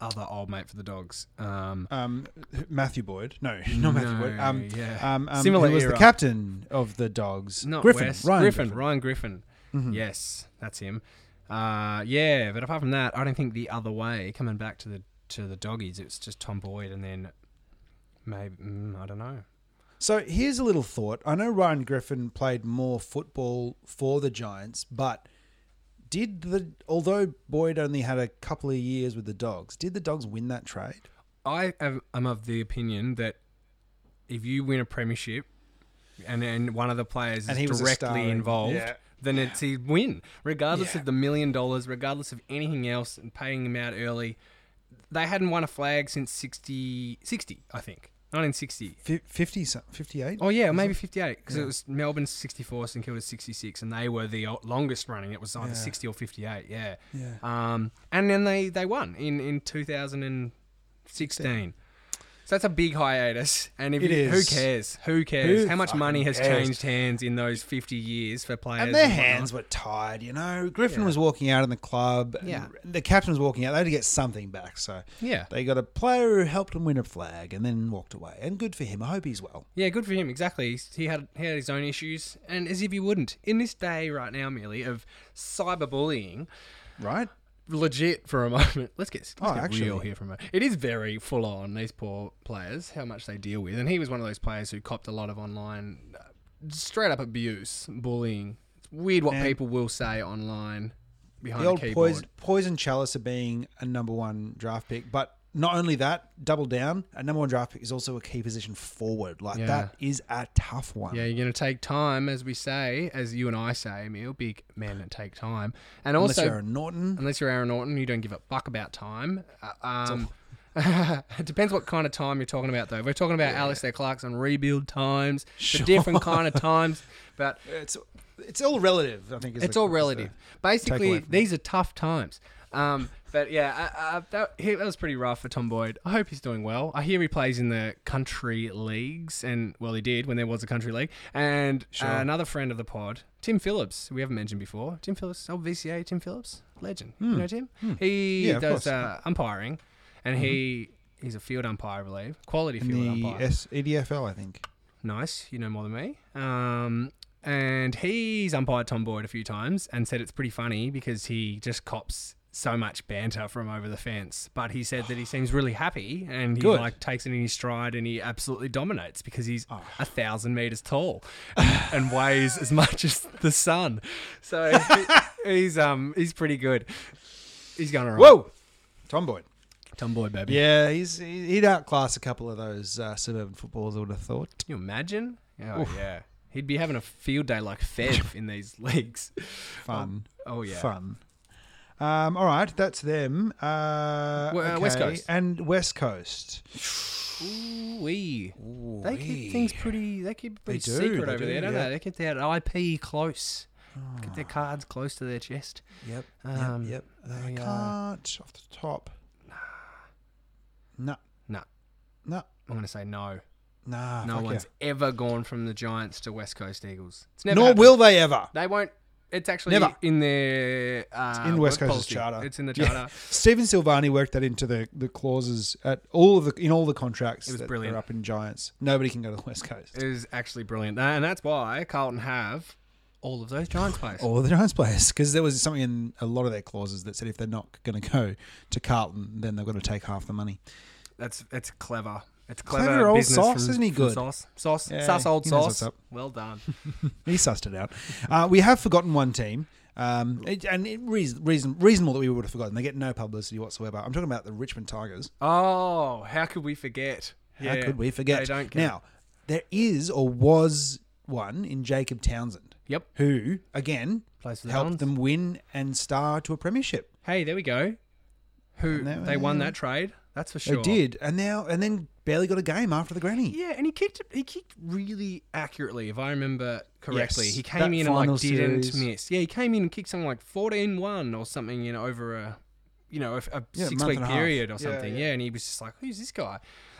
other old mate for the dogs. Um,
Um, Matthew Boyd. No, not Matthew
No,
Boyd. Um,
yeah.
um, um,
Similar
who was the
era.
captain of the Dogs?
not
Griffin.
West,
Ryan
Griffin,
Griffin. Mm-hmm.
Ryan Griffin. Yes, that's him. Uh, yeah, but apart from that, I don't think the other way. Coming back to the to the doggies, it's just Tom Boyd, and then maybe mm, I don't know.
So here's a little thought. I know Ryan Griffin played more football for the Giants, but did the although Boyd only had a couple of years with the Dogs, did the Dogs win that trade?
I am am of the opinion that if you win a premiership and then one of the players
And he
is
was a star
directly
in-
involved,
yeah.
then it's a win, regardless
Yeah.
of the million dollars, regardless of anything else, and paying them out early. They hadn't won a flag since 60, 60 I think, 1960.
Fif- 50, some- 58?
Oh yeah, maybe 58 because it was Melbourne 64, St Kilda 66, and they were the o- longest running. It was either
Yeah.
60 or 58. Yeah.
Yeah.
Um, and then they they won in in 2016. So that's a big hiatus, and if
It
you,
is.
who cares? Who cares?
Who
How much money has
fucking cares?
changed hands in those 50 years for players?
And their
whatnot?
hands were tied, you know. Griffin was walking out in the club. and
Yeah.
The captain was walking out. They had to get something back. So
Yeah.
they got a player who helped him win a flag and then walked away. And good for him. I hope he's well.
Yeah, good for him. Exactly. He's- He had he had his own issues, and as if he wouldn't. In this day right now, merely of cyberbullying,
Right?
legit for a moment. Let's get, let's
Oh,
get
actually.
real here for a moment. It is very full on these poor players, how much they deal with, and he was one of those players who copped a lot of online, uh, straight up abuse, bullying. It's weird what
And-
people will say online behind
the old
a keyboard.
poison, poison chalice of being a number one draft pick. But not only that, double down, a number one draft pick is also a key position forward. Like
Yeah.
that is a tough one.
Yeah, you're going to take time, as we say, as you and I say, Emil, big men that take time, and
Unless
also
you're a Norton.
unless you're Aaron Norton, you don't give a fuck about time. Uh, um, it depends what kind of time you're talking about, though. If We're talking about Alistair Clarkson rebuild times, the different kind of times, but
It's it's all relative, I think. Is
it's
the-
all
is the-
relative. Basically,
takeaway from
these are tough times. Um, but yeah, uh, uh, that, he, that was pretty rough for Tom Boyd. I hope he's doing well. I hear he plays in the country leagues, and well, he did when there was a country league. And uh, another friend of the pod, Tim Phillips, who we haven't mentioned before. Tim Phillips, old VCA Tim Phillips, legend. You know Tim? He
Hmm. Yeah, of
does
course. Mm-hmm.
uh, umpiring, and he he's a field umpire, I believe, quality field
The
umpire.
S- EDFL, I think.
Nice. You know more than me. Um, and he's umpired Tom Boyd a few times and said it's pretty funny because he just cops so much banter from over the fence. But he said that he seems really happy and he
Good. Oh.
like takes it in his stride and he absolutely dominates because he's a thousand meters tall and, and weighs as much as the sun. So he- he's um he's pretty good. He's going around.
Whoa, Tom Boyd.
Tom Boyd, baby.
Yeah, he's he- he'd outclass a couple of those uh, suburban footballers. I would have thought.
Can you imagine? Oh yeah. He'd be having a field day like Fev in these leagues.
Fun,
Oh yeah.
fun. Um, all right, that's them. Uh,
Well, uh, West
okay,
Coast.
and West Coast.
Ooh-wee. They keep things pretty. They keep it pretty
do,
secret
they
over
do,
there, don't
yeah. Ah.
they? They keep their IP close. Get their cards close to their chest.
Yep.
Um,
yep. yep. I
they, uh,
can't off the top. No.
No,
No.
I'm going to say no.
Nah.
No
fuck
one's
yeah.
ever gone from the Giants to West Coast Eagles. It's never.
Nor
happened.
will they ever.
They won't. It's actually
Never.
in their uh,
in West
work
Coast's
policy.
charter.
It's in the
Yeah.
charter.
Stephen Silvani worked that into the, the clauses at all of the in all the contracts
was
that
brilliant.
are up in Giants. Nobody can go to the West Coast.
It is actually brilliant, and that's why Carlton have all of those Giants players.
All of the Giants players, because there was something in a lot of their clauses that said if they're not going to go to Carlton, then they've got to take half the money.
That's it's clever. It's clever.
Clever old
business
sauce,
from-
isn't he
from
good?
Sauce, sauce,
Yeah,
sauce, old
he knows what's
sauce.
up.
Well done.
He sussed it out. Uh, we have forgotten one team, um, it- and it reason, reason, reasonable that we would have forgotten. They get no publicity whatsoever. I'm talking about the Richmond Tigers.
Oh, how could we forget?
How could we forget?
They don't care.
now, there is or was one in Jacob Townsend,
Yep.
who again
Plays for the
helped
Dons.
them win and star to a premiership.
Hey, there we go. Who
Now-
they won that trade? That's for
They
sure.
did, and now and then barely got a game after the granny.
Yeah, and he kicked. He kicked really accurately, if I remember correctly.
Yes,
he
that
came in and
final
like didn't
series.
miss. Yeah, he came in and kicked something like 14-1 or something. You know, over a you know a, a
Yeah,
six
month
week
and a half.
period
Yeah,
or something.
yeah. Mm-hmm.
Yeah, and he was just like, "Who's this guy?"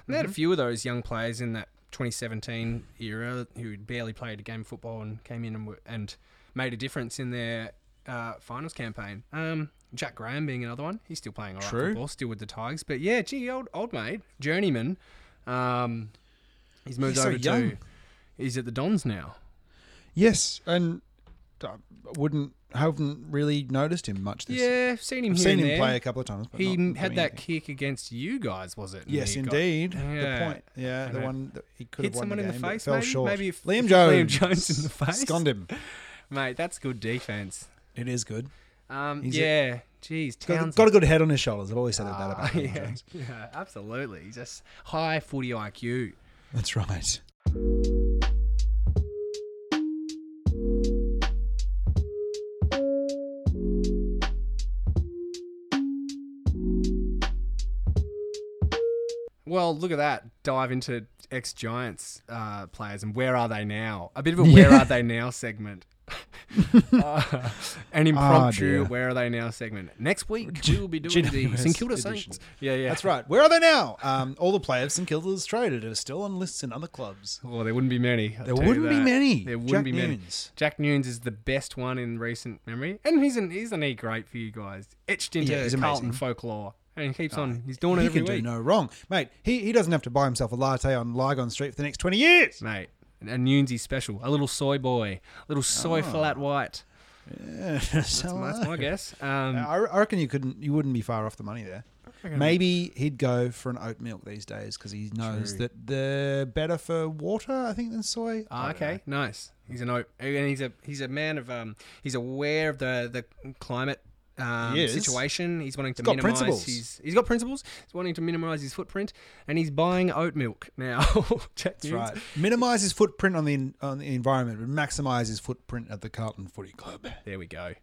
And they had a few of those young players in that 2017 era who had barely played a game of football and came in and were, and made a difference in their uh, finals campaign. Um, Jack Graham being another one. He's still playing all right
True.
football, still with the Tigers. But yeah, gee, old old mate, journeyman. Um, he's moved
He's so
over to.
young.
He's at the Dons now.
Yes, and I wouldn't haven't really noticed him much this.
Yeah, seen him.
I've
here
seen
and
him
there.
play a couple of times. But
He
not doing
had that
anything.
kick against you guys, was it? And
Yes,
he got-
indeed.
Yeah.
The point. Yeah,
I
the
know.
one that he could
Hit
have won
someone
the
in
game,
the
but
face,
fell
maybe?
short.
Maybe if-
Liam
if
Jones.
Liam Jones in the face.
Scunned him.
Mate, that's good defense.
It is good.
Um,
He's a-
yeah. Jeez,
Got,
Townsend.
got a good head on his shoulders. I've always said that
Ah,
about Liam
yeah,
Jones.
yeah, absolutely. He's just high footy IQ.
That's right.
Well, look at that. Dive into ex Giants uh, players and where are they now? A bit of a where are they now segment. uh, an impromptu
Ah, dear.
where are they now segment. Next week, we'll be doing the
Generous
St Kilda
edition.
Saints. Yeah, yeah.
That's right. Where are they now? Um, all the players St Kilda's traded are still on lists in other clubs.
Well, Oh, there wouldn't be many. I'll
There
tell you
wouldn't be
that.
many.
There wouldn't
Jack
be many.
Nunes.
Jack Nunes is the best one in recent memory, and he's an isn't he great for you guys? Etched into
Yeah, he's
Carlton
amazing. Ah,
folklore, and he keeps on. He's doing it
he
every
can do
week,
no wrong, mate. He, he doesn't have to buy himself a latte on Lygon Street for the next twenty years.
mate. And Nunes is special. A little soy boy, a little soy
Ah.
flat white.
Yeah, that's
That's my guess. Um,
uh, I, I reckon you couldn't, you wouldn't be far off the money there. Maybe he'd go for an oat milk these days because he knows
True.
that they're better for water, I think, than soy.
ah, okay, nice. He's an oak, and he's a he's a man of um. He's aware of the the climate. Um,
He is.
situation. He's wanting to
got
minimize
principles.
his. He's got principles. He's wanting to minimize his footprint, and he's buying oat milk now. Jack
That's
Nunes.
right. Minimise his footprint on the on the environment, but maximise his footprint at the Carlton Footy Club.
There we go.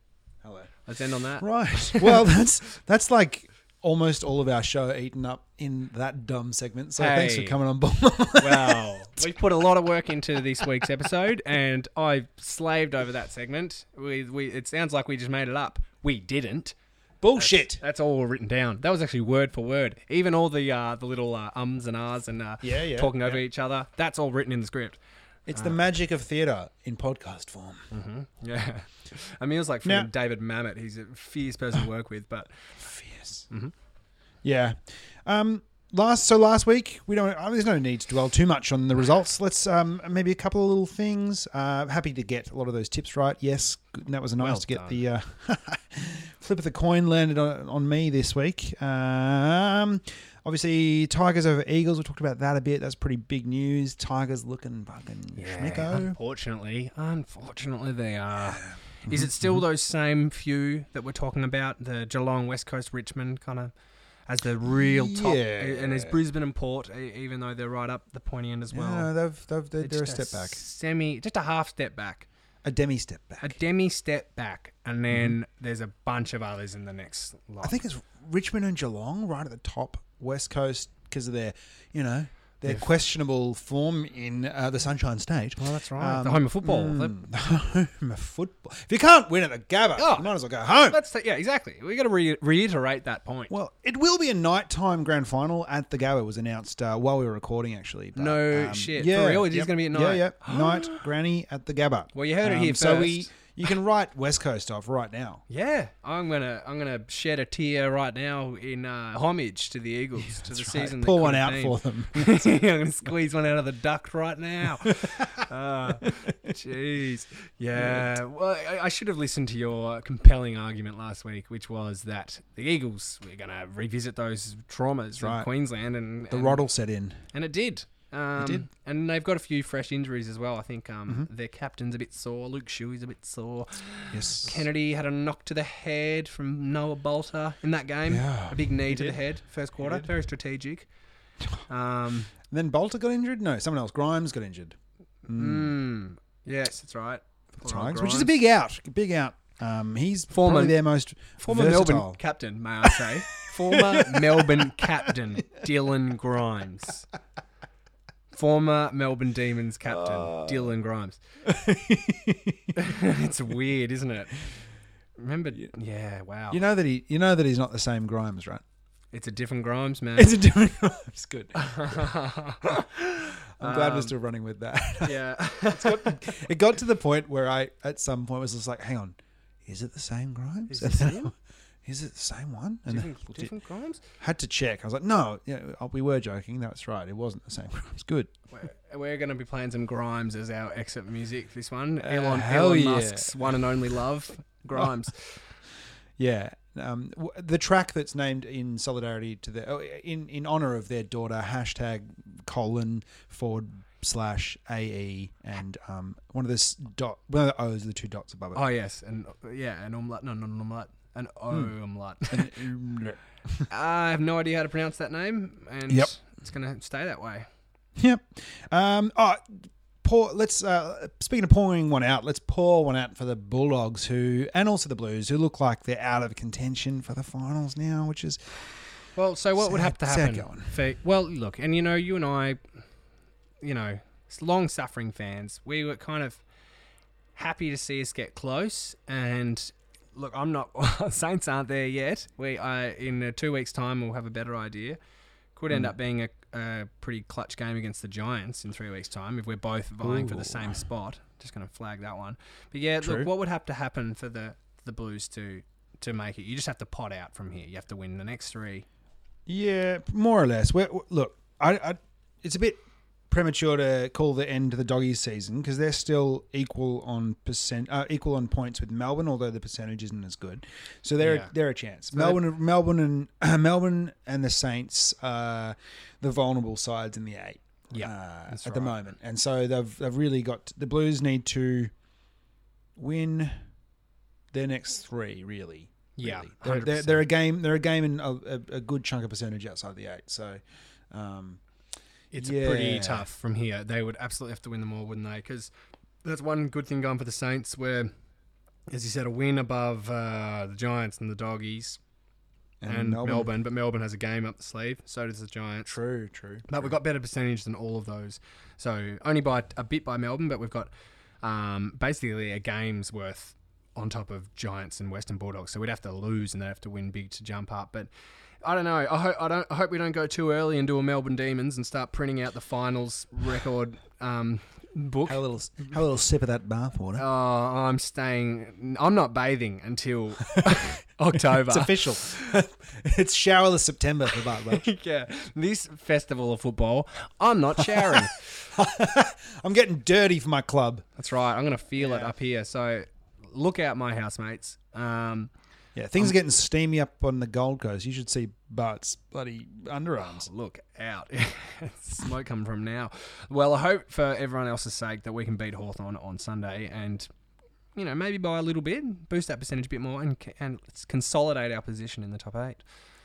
Hello.
Let's end on that.
Right. Well, that's that's like almost all of our show eaten up in that dumb segment. So thanks for
Hey.
coming on board.
Wow. we put a lot of work into this week's episode, and I slaved over that segment. We, we, it sounds like we just made it up. We didn't.
Bullshit.
That's all written down. That was actually word for word. Even all the uh, the little uh, ums and ahs and uh,
Yeah, yeah,
talking over each other. That's all written in the script.
It's the magic of theatre in podcast form.
Yeah. Emil's like
Now-
friggin' David Mamet. He's a fierce person to work with, but
Fierce. Mm-hmm. Yeah. Um. Last so last week we don't. uh, There's no need to dwell too much on the results. Let's um maybe a couple of little things. Uh, happy to get a lot of those tips right. Yes, good- that was nice
Well
to get
done.
the uh, flip of the coin landed on, on me this week. Um. Obviously, Tigers over Eagles. We talked about that a bit. That's pretty big news. Tigers looking fucking schmicko.
unfortunately, unfortunately, they are. Is it
Mm-hmm.
still those same few that we're talking about, the Geelong, West Coast, Richmond kind of as the real top?
Yeah.
And is Brisbane and Port, e- even though they're right up the pointy end as well?
Yeah, no, they've, they've, they're,
It's
they're a
just
step back,
Semi, just a half step back,
a demi step
a
back.
demi step back, and then there's a bunch of others in the next lot.
I think it's Richmond and Geelong right at the top, West Coast because of their, you know, their questionable form in uh, the Sunshine State.
Well, that's right. Um, The home of football.
mm, home of football. If you can't win at the Gabba,
Oh.
you might as well go home.
Let's ta- yeah, exactly. We got to re- reiterate that point.
Well, it will be a nighttime grand final at the Gabba. Was announced uh, while we were recording, actually. but, um,
No shit. For real? It is gonna be at night?
Yeah, yeah. night granny at the Gabba. Um,
Well, you heard it here
So we,
first.
you can write West Coast off right now.
Yeah, I'm gonna I'm gonna shed a tear right now in uh, homage to the Eagles to the season. that
Pull
could
one
have
out for
been.
them.
I'm gonna squeeze one out of the duct right now. Uh, Jeez, yeah. Well, I, I should have listened to your compelling argument last week, which was that the Eagles we're gonna revisit those traumas from
right.
Queensland and
The
and,
Roddle set in.
and it did. Um,
did. Mm-hmm.
and they've got a few fresh injuries as well. I think um, their captain's a bit sore. Luke Shuey's a bit sore.
Yes.
Kennedy had a knock to the head from Noah Bolter in that game.
Yeah,
a big knee
he
to the
did.
head, first quarter. Very strategic. Um,
And then Bolter got injured? No, someone else. Grimes got injured.
mm, yes, that's right. Poor old
Grimes, which is a
Grimes.
big out. Big out. Um, he's
Former-
probably their most
former
versatile.
Melbourne captain, may I say? former Melbourne captain Dylan Grimes. Former Melbourne Demons captain Dylan Grimes. it's weird, isn't it? Remember? Yeah, wow.
You know that he. You know that he's not the same Grimes, right?
it's a different Grimes, man.
It's a different. it's good. I'm glad
Um,
we're still running with that.
yeah.
it got to the point where I, at some point, was just like, "Hang on, is it the same Grimes?
Is
And
this
then-
him?
Is it the same one? And then
Different, different crimes?
had to check. I was like, no, yeah, oh, we were joking. That's right. It wasn't the same Grimes. Good.
We're, we're going to be playing some Grimes as our exit music. This one, Elon,
Uh, hell
Elon
yeah.
Musk's one and only love, Grimes.
Yeah. Um, w- the track that's named in solidarity to the oh, in in honor of their daughter hashtag colon forward slash ae and um, one of the s- dot one of the o's are the two dots above it.
oh yes, and yeah, an umlaut, no, not an umlaut, an o
Hmm.
umlaut. I have no idea how to pronounce that name, and
Yep.
it's going to stay that way.
Yep. Um, oh, pour. Let's uh, speaking of pouring one out. Let's pour one out for the Bulldogs, who and also the Blues, who look like they're out of contention for the finals now, which is
Well, so what would
Sad-
have to
sad
happen?
going.
For, well, look, and you know, you and I, you know, long suffering fans, we were kind of happy to see us get close. And look, I'm not Saints aren't there yet. We are in uh, two weeks' time. We'll have a better idea. Could
Hmm.
end up being a, a pretty clutch game against the Giants in three weeks' time if we're both vying for
Ooh.
the same spot. Just going to flag that one. But yeah,
True.
look, what would have to happen for the the Blues to to make it? You just have to pot out from here. You have to win the next three.
yeah, more or less. We're, we look, I, I, it's a bit premature to call the end to the doggies season because they're still equal on percent uh, equal on points with Melbourne although the percentage isn't as good so they're
Yeah.
they're a chance Melbourne Melbourne and Melbourne and the Saints are the vulnerable sides in the eight
Yeah,
uh, at
that's
the
right.
moment and so they've they've really got the Blues need to win their next three really
Yeah,
really. They're, they're,
100%.
they're a game. They're a game in a, a, a good chunk of percentage outside the eight. So, um,
it's pretty
Yeah.
tough from here. They would absolutely have to win them all, wouldn't they? Because that's one good thing going for the Saints, where, as you said, a win above uh, the Giants and the Doggies
and,
and, Melbourne. but Melbourne has a game up the sleeve. So does the Giants.
True, true.
But we've got better percentage than all of those. So only by a bit by Melbourne, but we've got um, basically a game's worth on top of Giants and Western Bulldogs. So we'd have to lose and they'd have to win big to jump up. But I don't know. I, ho- I don't. I hope we don't go too early and do a Melbourne Demons and start printing out the finals record um, book.
Have a little, have a little sip of that bathwater.
Oh, I'm staying. I'm not bathing until October.
It's official. it's showerless September for Bartlett.
yeah, this festival of football, I'm not showering.
I'm getting dirty for my club.
That's right. I'm gonna feel it up here. So look out, my housemates. Um,
Yeah, things are getting steamy up on the Gold Coast. You should see Bart's bloody underarms.
look out. Smoke coming from now. Well, I hope for everyone else's sake that we can beat Hawthorn on Sunday and. You know, maybe by a little bit, boost that percentage a bit more, and c- and let's consolidate our position in the top eight.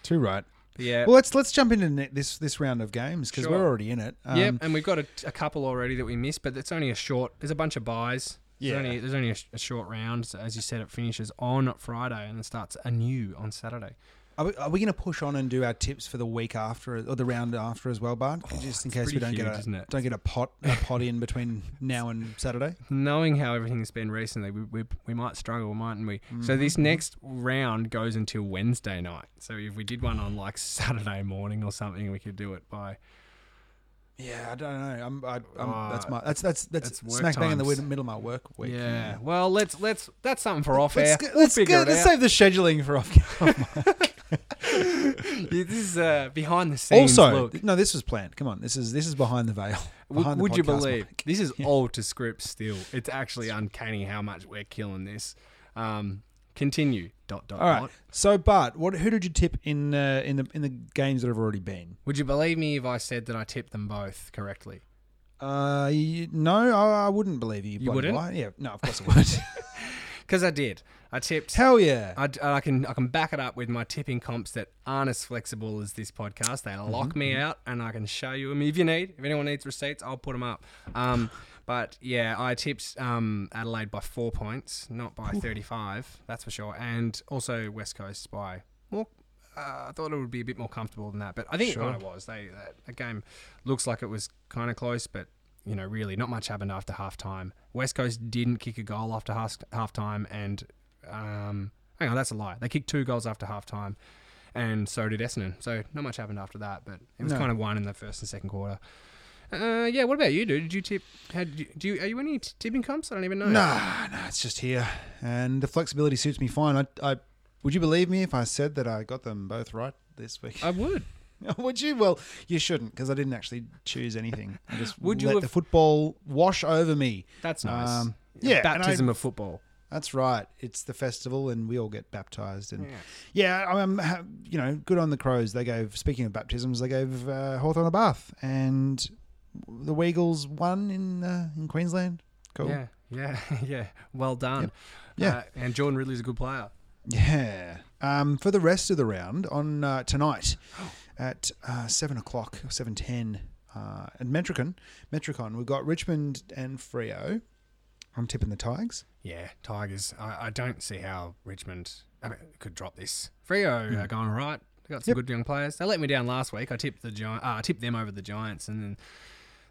Too right.
But yeah,
Well, let's let's jump into ne- this this round of games because
Sure.
we're already in it. Um,
yep, and we've got a, a couple already that we missed, but it's only a short. There's a bunch of buys.
Yeah.
there's only, there's only a, sh- a short round. So as you said, it finishes on Friday and then starts anew on Saturday.
Are we, are we going to push on and do our tips for the week after or the round after as well, Bart? just in case we
pretty
don't
huge,
get
isn't
a
it?
don't get a pot a pot in between now and Saturday.
knowing how everything's been recently, we, we, we might struggle, mightn't we?
Mm-hmm.
So this next round goes until Wednesday night. So if we did one on like Saturday morning or something, we could do it by.
Yeah, I don't know. I'm, I, I'm that's
Uh,
my that's that's that's,
that's work
smack bang in the
times.
wid- middle of my work week.
yeah. Well, let's let's that's something for off air.
Let's, go- let's,
figure
go,
it
let's
out.
save the scheduling for off.
Yeah, this is uh, behind the scenes.
also,
look.
no, this was planned. Come on, this is this is behind the veil.
Would,
behind the
would you
podcast
believe
mic.
this is all to script still? It's actually uncanny how much we're killing this. Um, continue. Dot dot
All right.
dot.
So, Bart, what who did you tip in uh, in the in the games that have already been?
Would you believe me if I said that I tipped them both correctly?
Uh, you, no, I, I wouldn't believe you. bloody
wouldn't?
liar. Yeah, no, of course I would.
Because I did. I tipped.
Hell yeah.
I, I can I can back it up with my tipping comps that aren't as flexible as this podcast. They lock me out, and I can show you them if you need. If anyone needs receipts, I'll put them up. Um, but yeah, I tipped um, Adelaide by four points, not by thirty-five. That's for sure. And also West Coast by more. Uh, I thought it would be a bit more comfortable than that, but I think
Sure.
it kind of was. They that, that game looks like it was kind of close, but you know, really not much happened after half time. West Coast didn't kick a goal after half time, and um, hang on, that's a lie. They kicked two goals after half time, and so did Essendon. So not much happened after that, but it was
No.
kind of one in the first and second quarter. Uh, yeah. What about you, dude? Did you tip? Had you, do you are you any t- tipping comps? I don't even know.
Nah, nah, Ah, it's just here, and the flexibility suits me fine. I, I would you believe me if I said that I got them both right this week?
I would.
would you? Well, you shouldn't, because I didn't actually choose anything. I just
Would you
let
have-
the football wash over me.
That's nice.
Um, yeah, and I-
Baptism of football.
That's right. It's the festival, and we all get baptized. And yeah, I I'm, ha- you know, good on the crows. They gave. Speaking of baptisms, they gave uh, Hawthorne a bath, and the Weagles won in uh, in Queensland. Cool.
Yeah. Yeah. Yeah. Well done.
Yeah.
Uh, and Jordan Ridley's a good player.
Yeah. Um, for the rest of the round on uh, tonight at uh, seven o'clock, seven ten, uh, at Metricon, Metricon, we've got Richmond and Frio. I'm tipping the Tigers.
Yeah, Tigers. I, I don't see how Richmond I mean, could drop this. Frio are going all right. They got some
Hmm. Yep.
good young players. They let me down last week. I tipped the Giant. Uh, I tipped them over the Giants, and then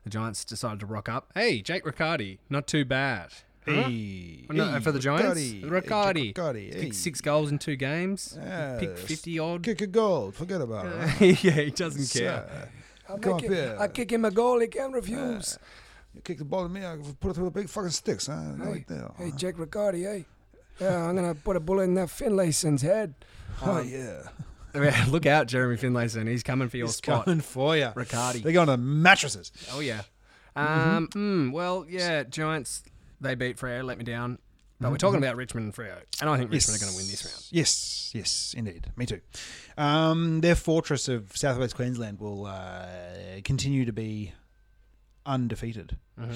the Giants decided to rock up. Hey, Jake Riccardi, not too bad. Huh?
Hey,
Oh, no,
hey,
for the Giants,
Riccardi,
Riccardi.
Hey, Riccardi, hey.
Kicked six goals in two games. Pick
Yes.
fifty odd.
Kick a goal. Forget about it.
yeah, he doesn't care.
Sir,
I
Come
make
up
him-
here.
I kick him a goal. He can't refuse.
you kick the ball at me, I put it through the big fucking sticks. Huh? uh-huh. Right there.
hey, Jack Riccardi. Hey, yeah, I'm gonna put a bullet in that Finlayson's head.
oh yeah,
Look out, Jeremy Finlayson. He's coming for your spot.
for you,
Riccardi.
They're going to mattresses.
Oh yeah.
Mm-hmm.
Um. mm, well, yeah. Giants. They beat Freo. Let me down. But we're
Mm-hmm.
talking about Richmond and Freo, and I think Richmond are going to win this round.
Yes, yes, indeed. Me too. Um, their fortress of southwest Queensland will uh, continue to be undefeated. Um,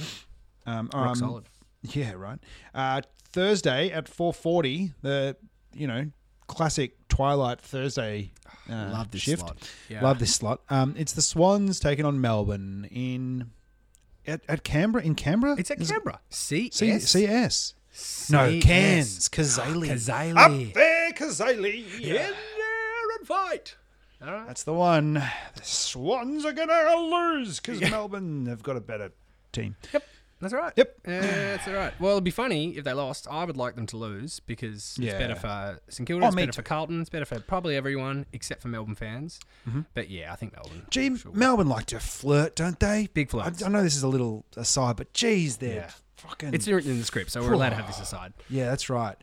Mm-hmm. Rock
um,
solid.
Yeah, right. Uh, Thursday at four forty, the you know classic Twilight Thursday. Uh,
Love this
shift.
slot. Yeah.
Love this slot. Um, it's the Swans taking on Melbourne in at, at Canberra in Canberra.
It's at
Is it-
Canberra. C
C-
S
CS. No, Cairns. Kazali.
Kazali.
Ah, there, Kazali.
In there and fight. All right.
That's the one. The Swans are gonna lose because Melbourne have got a better team.
Yep. That's all right.
Yep.
Yeah, that's all right. Well, it'd be funny if they lost. I would like them to lose because it's
Yeah.
better for St Kilda,
Oh,
it's
me
better
too.
for Carlton, it's better for probably everyone except for Melbourne fans. But yeah, I think Melbourne.
Mm-hmm. Gee,
Sure.
Melbourne like to flirt, don't they?
Big
I,
flirts.
I know this is a little aside, but geez, they're
Yeah.
fucking.
It's written in the script, so we're allowed to have this aside.
yeah, that's right.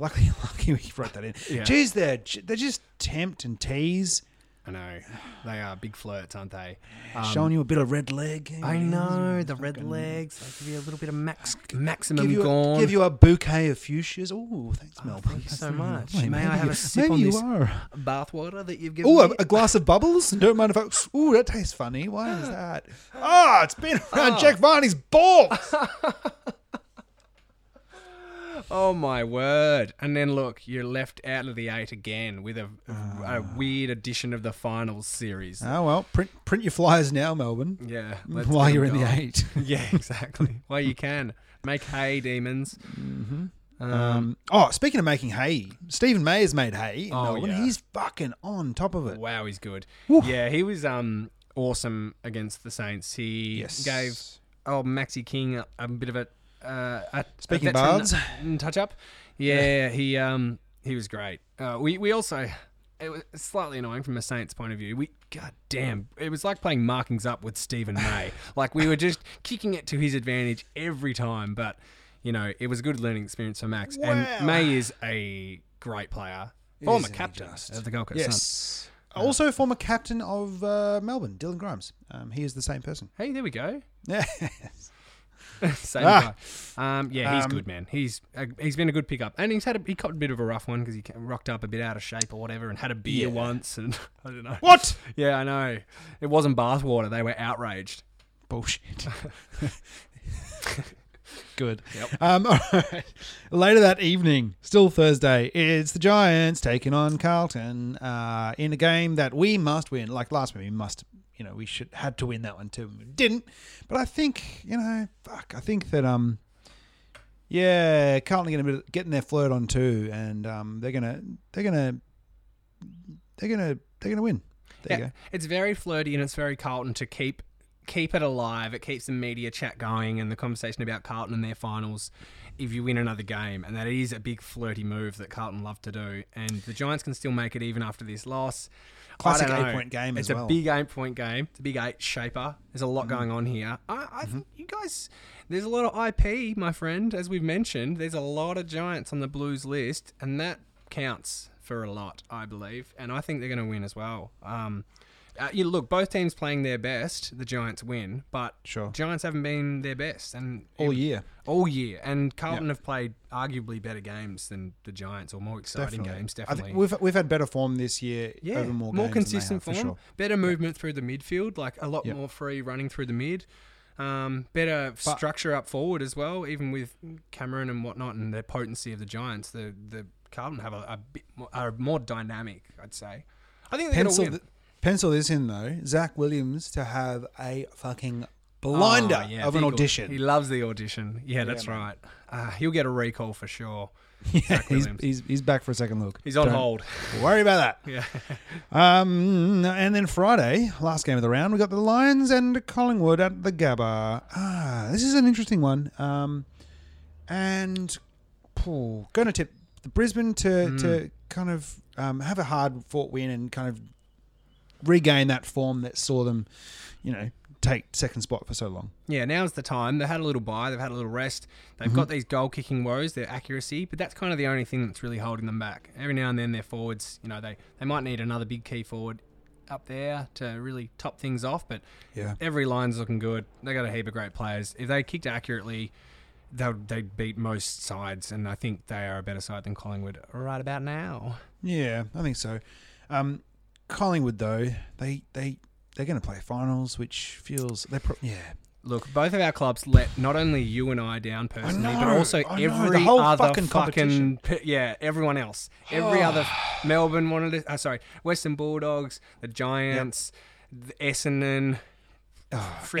Luckily, lucky we wrote that in.
Yeah.
Geez, they're they just tempt and tease,
I know. They are big flirts, aren't they?
showing you a bit of red leg. Here
Um, I
it is.
know. The red legs. They give you a little bit of max, maximum
Give you, a,
gone. Oh,
give you a bouquet of fuchsias. Ooh, thanks, Melbourne.
thank you
That's
so
really
much.
lovely.
May I
Maybe
have a
you-
sip
maybe
on
you
this-
are.
bathwater that you've given
Ooh, a,
me.
a glass of bubbles? Don't mind if I. Ooh, that tastes funny. Why is that? Ah, it's been around Jack Varney's balls.
oh my word! And then look, you're left out of the eight again with a,
Ah.
a weird edition of the finals series.
oh well, print print your flyers now, Melbourne.
yeah. let's
while
get
you're in
them
the
going.
eight.
yeah, exactly. While you can make hay, demons.
Um, oh, speaking of making hay, Stephen May has made hay. In
Oh,
Melbourne.
yeah.
he's fucking on top of it.
Wow, he's good. Yeah, he was um awesome against the Saints. He
Yes.
gave oh Maxi King a, a bit of a uh, a
Speaking
a
of
touch up. Yeah, he um he was great. Uh, we we also it was slightly annoying from a Saints point of view. We god damn, it was like playing markings up with Stephen May. like we were just kicking it to his advantage every time, but you know it was a good learning experience for Max.
Wow.
And May is a great player, former captain of the Gold Coast Suns.
Yes.
Uh,
Also, former captain of uh, Melbourne, Dylan Grimes. Um, he is the same person.
Hey, there we go.
Yeah.
Same
Ah.
guy. Um, yeah, he's
Um,
good, man. He's uh, he's been a good pickup, and he's had a, he caught a bit of a rough one because he ca- rocked up a bit out of shape or whatever, and had a beer
Yeah.
once, and I don't know.
what?
Yeah, I know. It wasn't bathwater; they were outraged.
Bullshit. Good.
Yep.
Um, all right. Later that evening, still Thursday, it's the Giants taking on Carlton uh, in a game that we must win. Like last week, we must, you know, we should had to win that one too. and We didn't, but I think, you know, fuck, I think that um, yeah, Carlton are gonna be getting their flirt on too, and um, they're gonna they're gonna they're gonna they're gonna win. There
yeah,
you go.
it's very flirty and it's very Carlton to keep keep it alive. It keeps the media chat going and the conversation about Carlton and their finals. if you win another game, and that is a big flirty move that Carlton love to do. And the Giants can still make it even after this loss. I
Classic
don't know.
eight-point game as
It's
well.
a big eight-point game. It's a big eight shaper. There's a lot
Mm-hmm.
going on here. I, I think you guys, there's a lot of IP, my friend. As we've mentioned, there's a lot of Giants on the Blues list, and that counts for a lot, I believe. And I think they're going to win as well. Um, uh, you look, both teams playing their best, the Giants win, but
Sure.
Giants haven't been their best, and
all
it-
year.
all year. And Carlton have played arguably better games than the Giants, or more exciting
Definitely.
games,
I
definitely.
think we've we've had better form this year
yeah,
over more games
consistent
than they have,
form,
for sure.
better movement through the midfield, like a lot
Yeah.
more free running through the mid. Um, better structure up forward as well, even with Cameron and whatnot, and the potency of the Giants. The the Carlton have a, a bit more, are more dynamic, I'd say. I think they're
Pencil
gonna win.
th- pencil this in though. Zach Williams to have a fucking blinder
Oh, Ah, yeah,
of an
big au-
audition.
He loves the audition. Yeah, that's right. Uh, he'll get a recall for sure.
yeah, he's,
Williams.
he's he's back for a second look.
He's on
Don't
hold.
Worry about that.
Yeah.
Um, and then Friday, last game of the round, we got the Lions and Collingwood at the Gabba. Ah, this is an interesting one. Um, and going to tip the Brisbane to to kind of um, have a hard fought win and kind of regain that form that saw them, you know, take second spot for so long.
Yeah, now's the time. They've had a little bye, they've had a little rest. They've got these goal kicking woes, their accuracy, but that's kind of the only thing that's really holding them back. Every now and then their forwards, you know, they, they might need another big key forward up there to really top things off, but
Yeah.
every line's looking good. They got a heap of great players. If they kicked accurately, they'll they'd beat most sides, and I think they are a better side than Collingwood right about now.
Yeah, I think so. Um, Collingwood though, they they they're going to play finals, which feels they pro- yeah.
Look, both of our clubs let not only you and I down personally, but
know,
also
I know, the
every
whole
other
fucking competition.
pe- yeah, everyone else, every other Melbourne wanted it. Uh, sorry, Western Bulldogs, the Giants, the Essendon, friggin'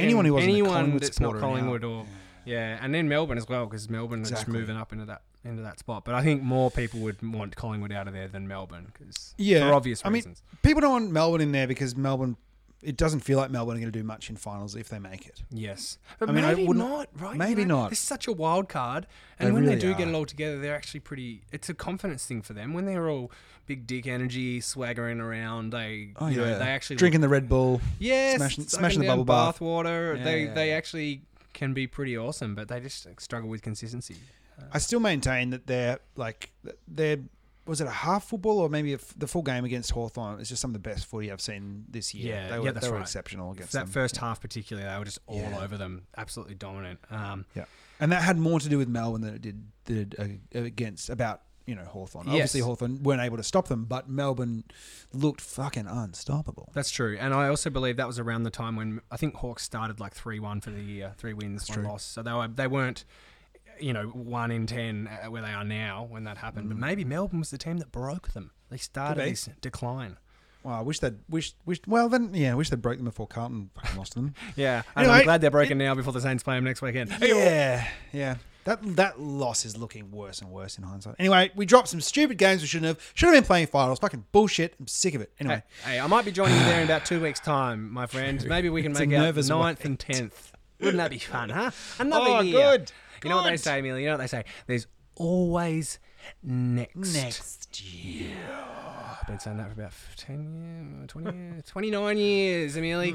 anyone who wasn't a
anyone
Collingwood
that's not
supporter now.
Collingwood or yeah. and then Melbourne as well because Melbourne is
Exactly.
moving up into that into that spot. But I think more people would want Collingwood out of there than Melbourne because
Yeah,
for obvious
I
reasons.
Mean, people don't want Melbourne in there because Melbourne. It doesn't feel like Melbourne are going to do much in finals if they make it.
Yes, but
I mean, I
maybe
wouldn't-
not. Right?
maybe not.
It's such a wild card, and
They
when
really
they do get
are.
it all together, they're actually pretty. It's a confidence thing for them. When they're all big dick energy, swaggering around, they
Oh
you
yeah,
know, they actually look-
drinking the Red Bull.
yes,
smashing-
sucking
smashing the bubble
down
bath.
water. they
yeah,
they actually can be pretty awesome, but they just like, struggle with consistency.
I still maintain that they're like they're was it a half football or maybe a f the full game against Hawthorn is just some of the best footy I've seen this year.
Yeah,
they
yeah,
were,
that's
they were
right.
exceptional against
that
them.
first half, particularly, they were just all
Yeah.
over them, absolutely dominant. Um,
yeah, and that had more to do with Melbourne than it did did uh, against about you know Hawthorn. Obviously
Yes.
Hawthorn weren't able to stop them, but Melbourne looked fucking unstoppable.
That's true, and I also believe that was around the time when I think Hawks started like three one for the year, three wins, one
true.
loss. So they were they weren't, you know, one in ten uh, where they are now when that happened. But maybe Melbourne was the team that broke them. They started
Mm. be.
this decline.
Wow, I wish they'd wish wish well then yeah, I wish they'd broke them before Carlton fucking lost to them.
Yeah, and
Anyway,
I'm glad they're broken now before the Saints play them next weekend.
Yeah, yeah. That that loss is looking worse and worse in hindsight. Anyway, we dropped some stupid games we shouldn't have. Should have been playing finals. Fucking bullshit. I'm sick of it. Anyway,
Hey, hey, I might be joining you there in about two weeks' time, my friend. Maybe we can
It's a
make out
nervous
ninth and tenth. Wouldn't that be fun, huh? Another
Oh,
year.
good,
You know what they
good.
say, Emily? You know what they say? There's always next.
next year.
I've been saying that for about 15 years, 20 years, 29 years, Amelie.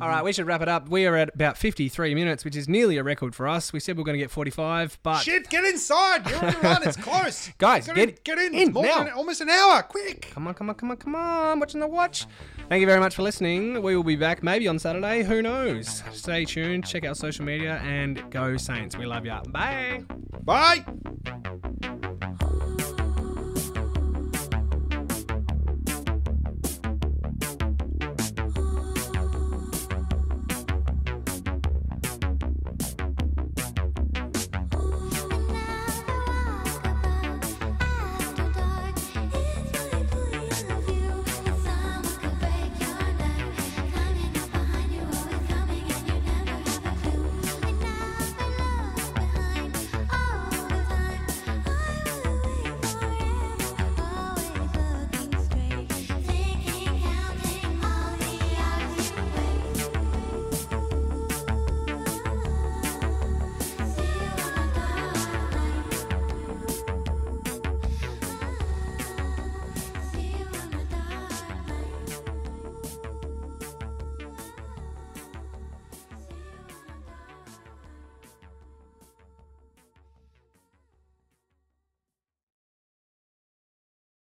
All right, we should wrap it up. We are at about 53 minutes, which is nearly a record for us. We said we are going to get 45, but
Shit, get inside. You're on the run. It's close.
Guys,
get, in,
get-
get in.
in
More
now.
than- almost an hour. Quick.
come on, come on, come on, come on. Watching the watch. Thank you very much for listening. We will be back maybe on Saturday. Who knows? Stay tuned, check out social media, and go Saints. We love you. Bye.
Bye.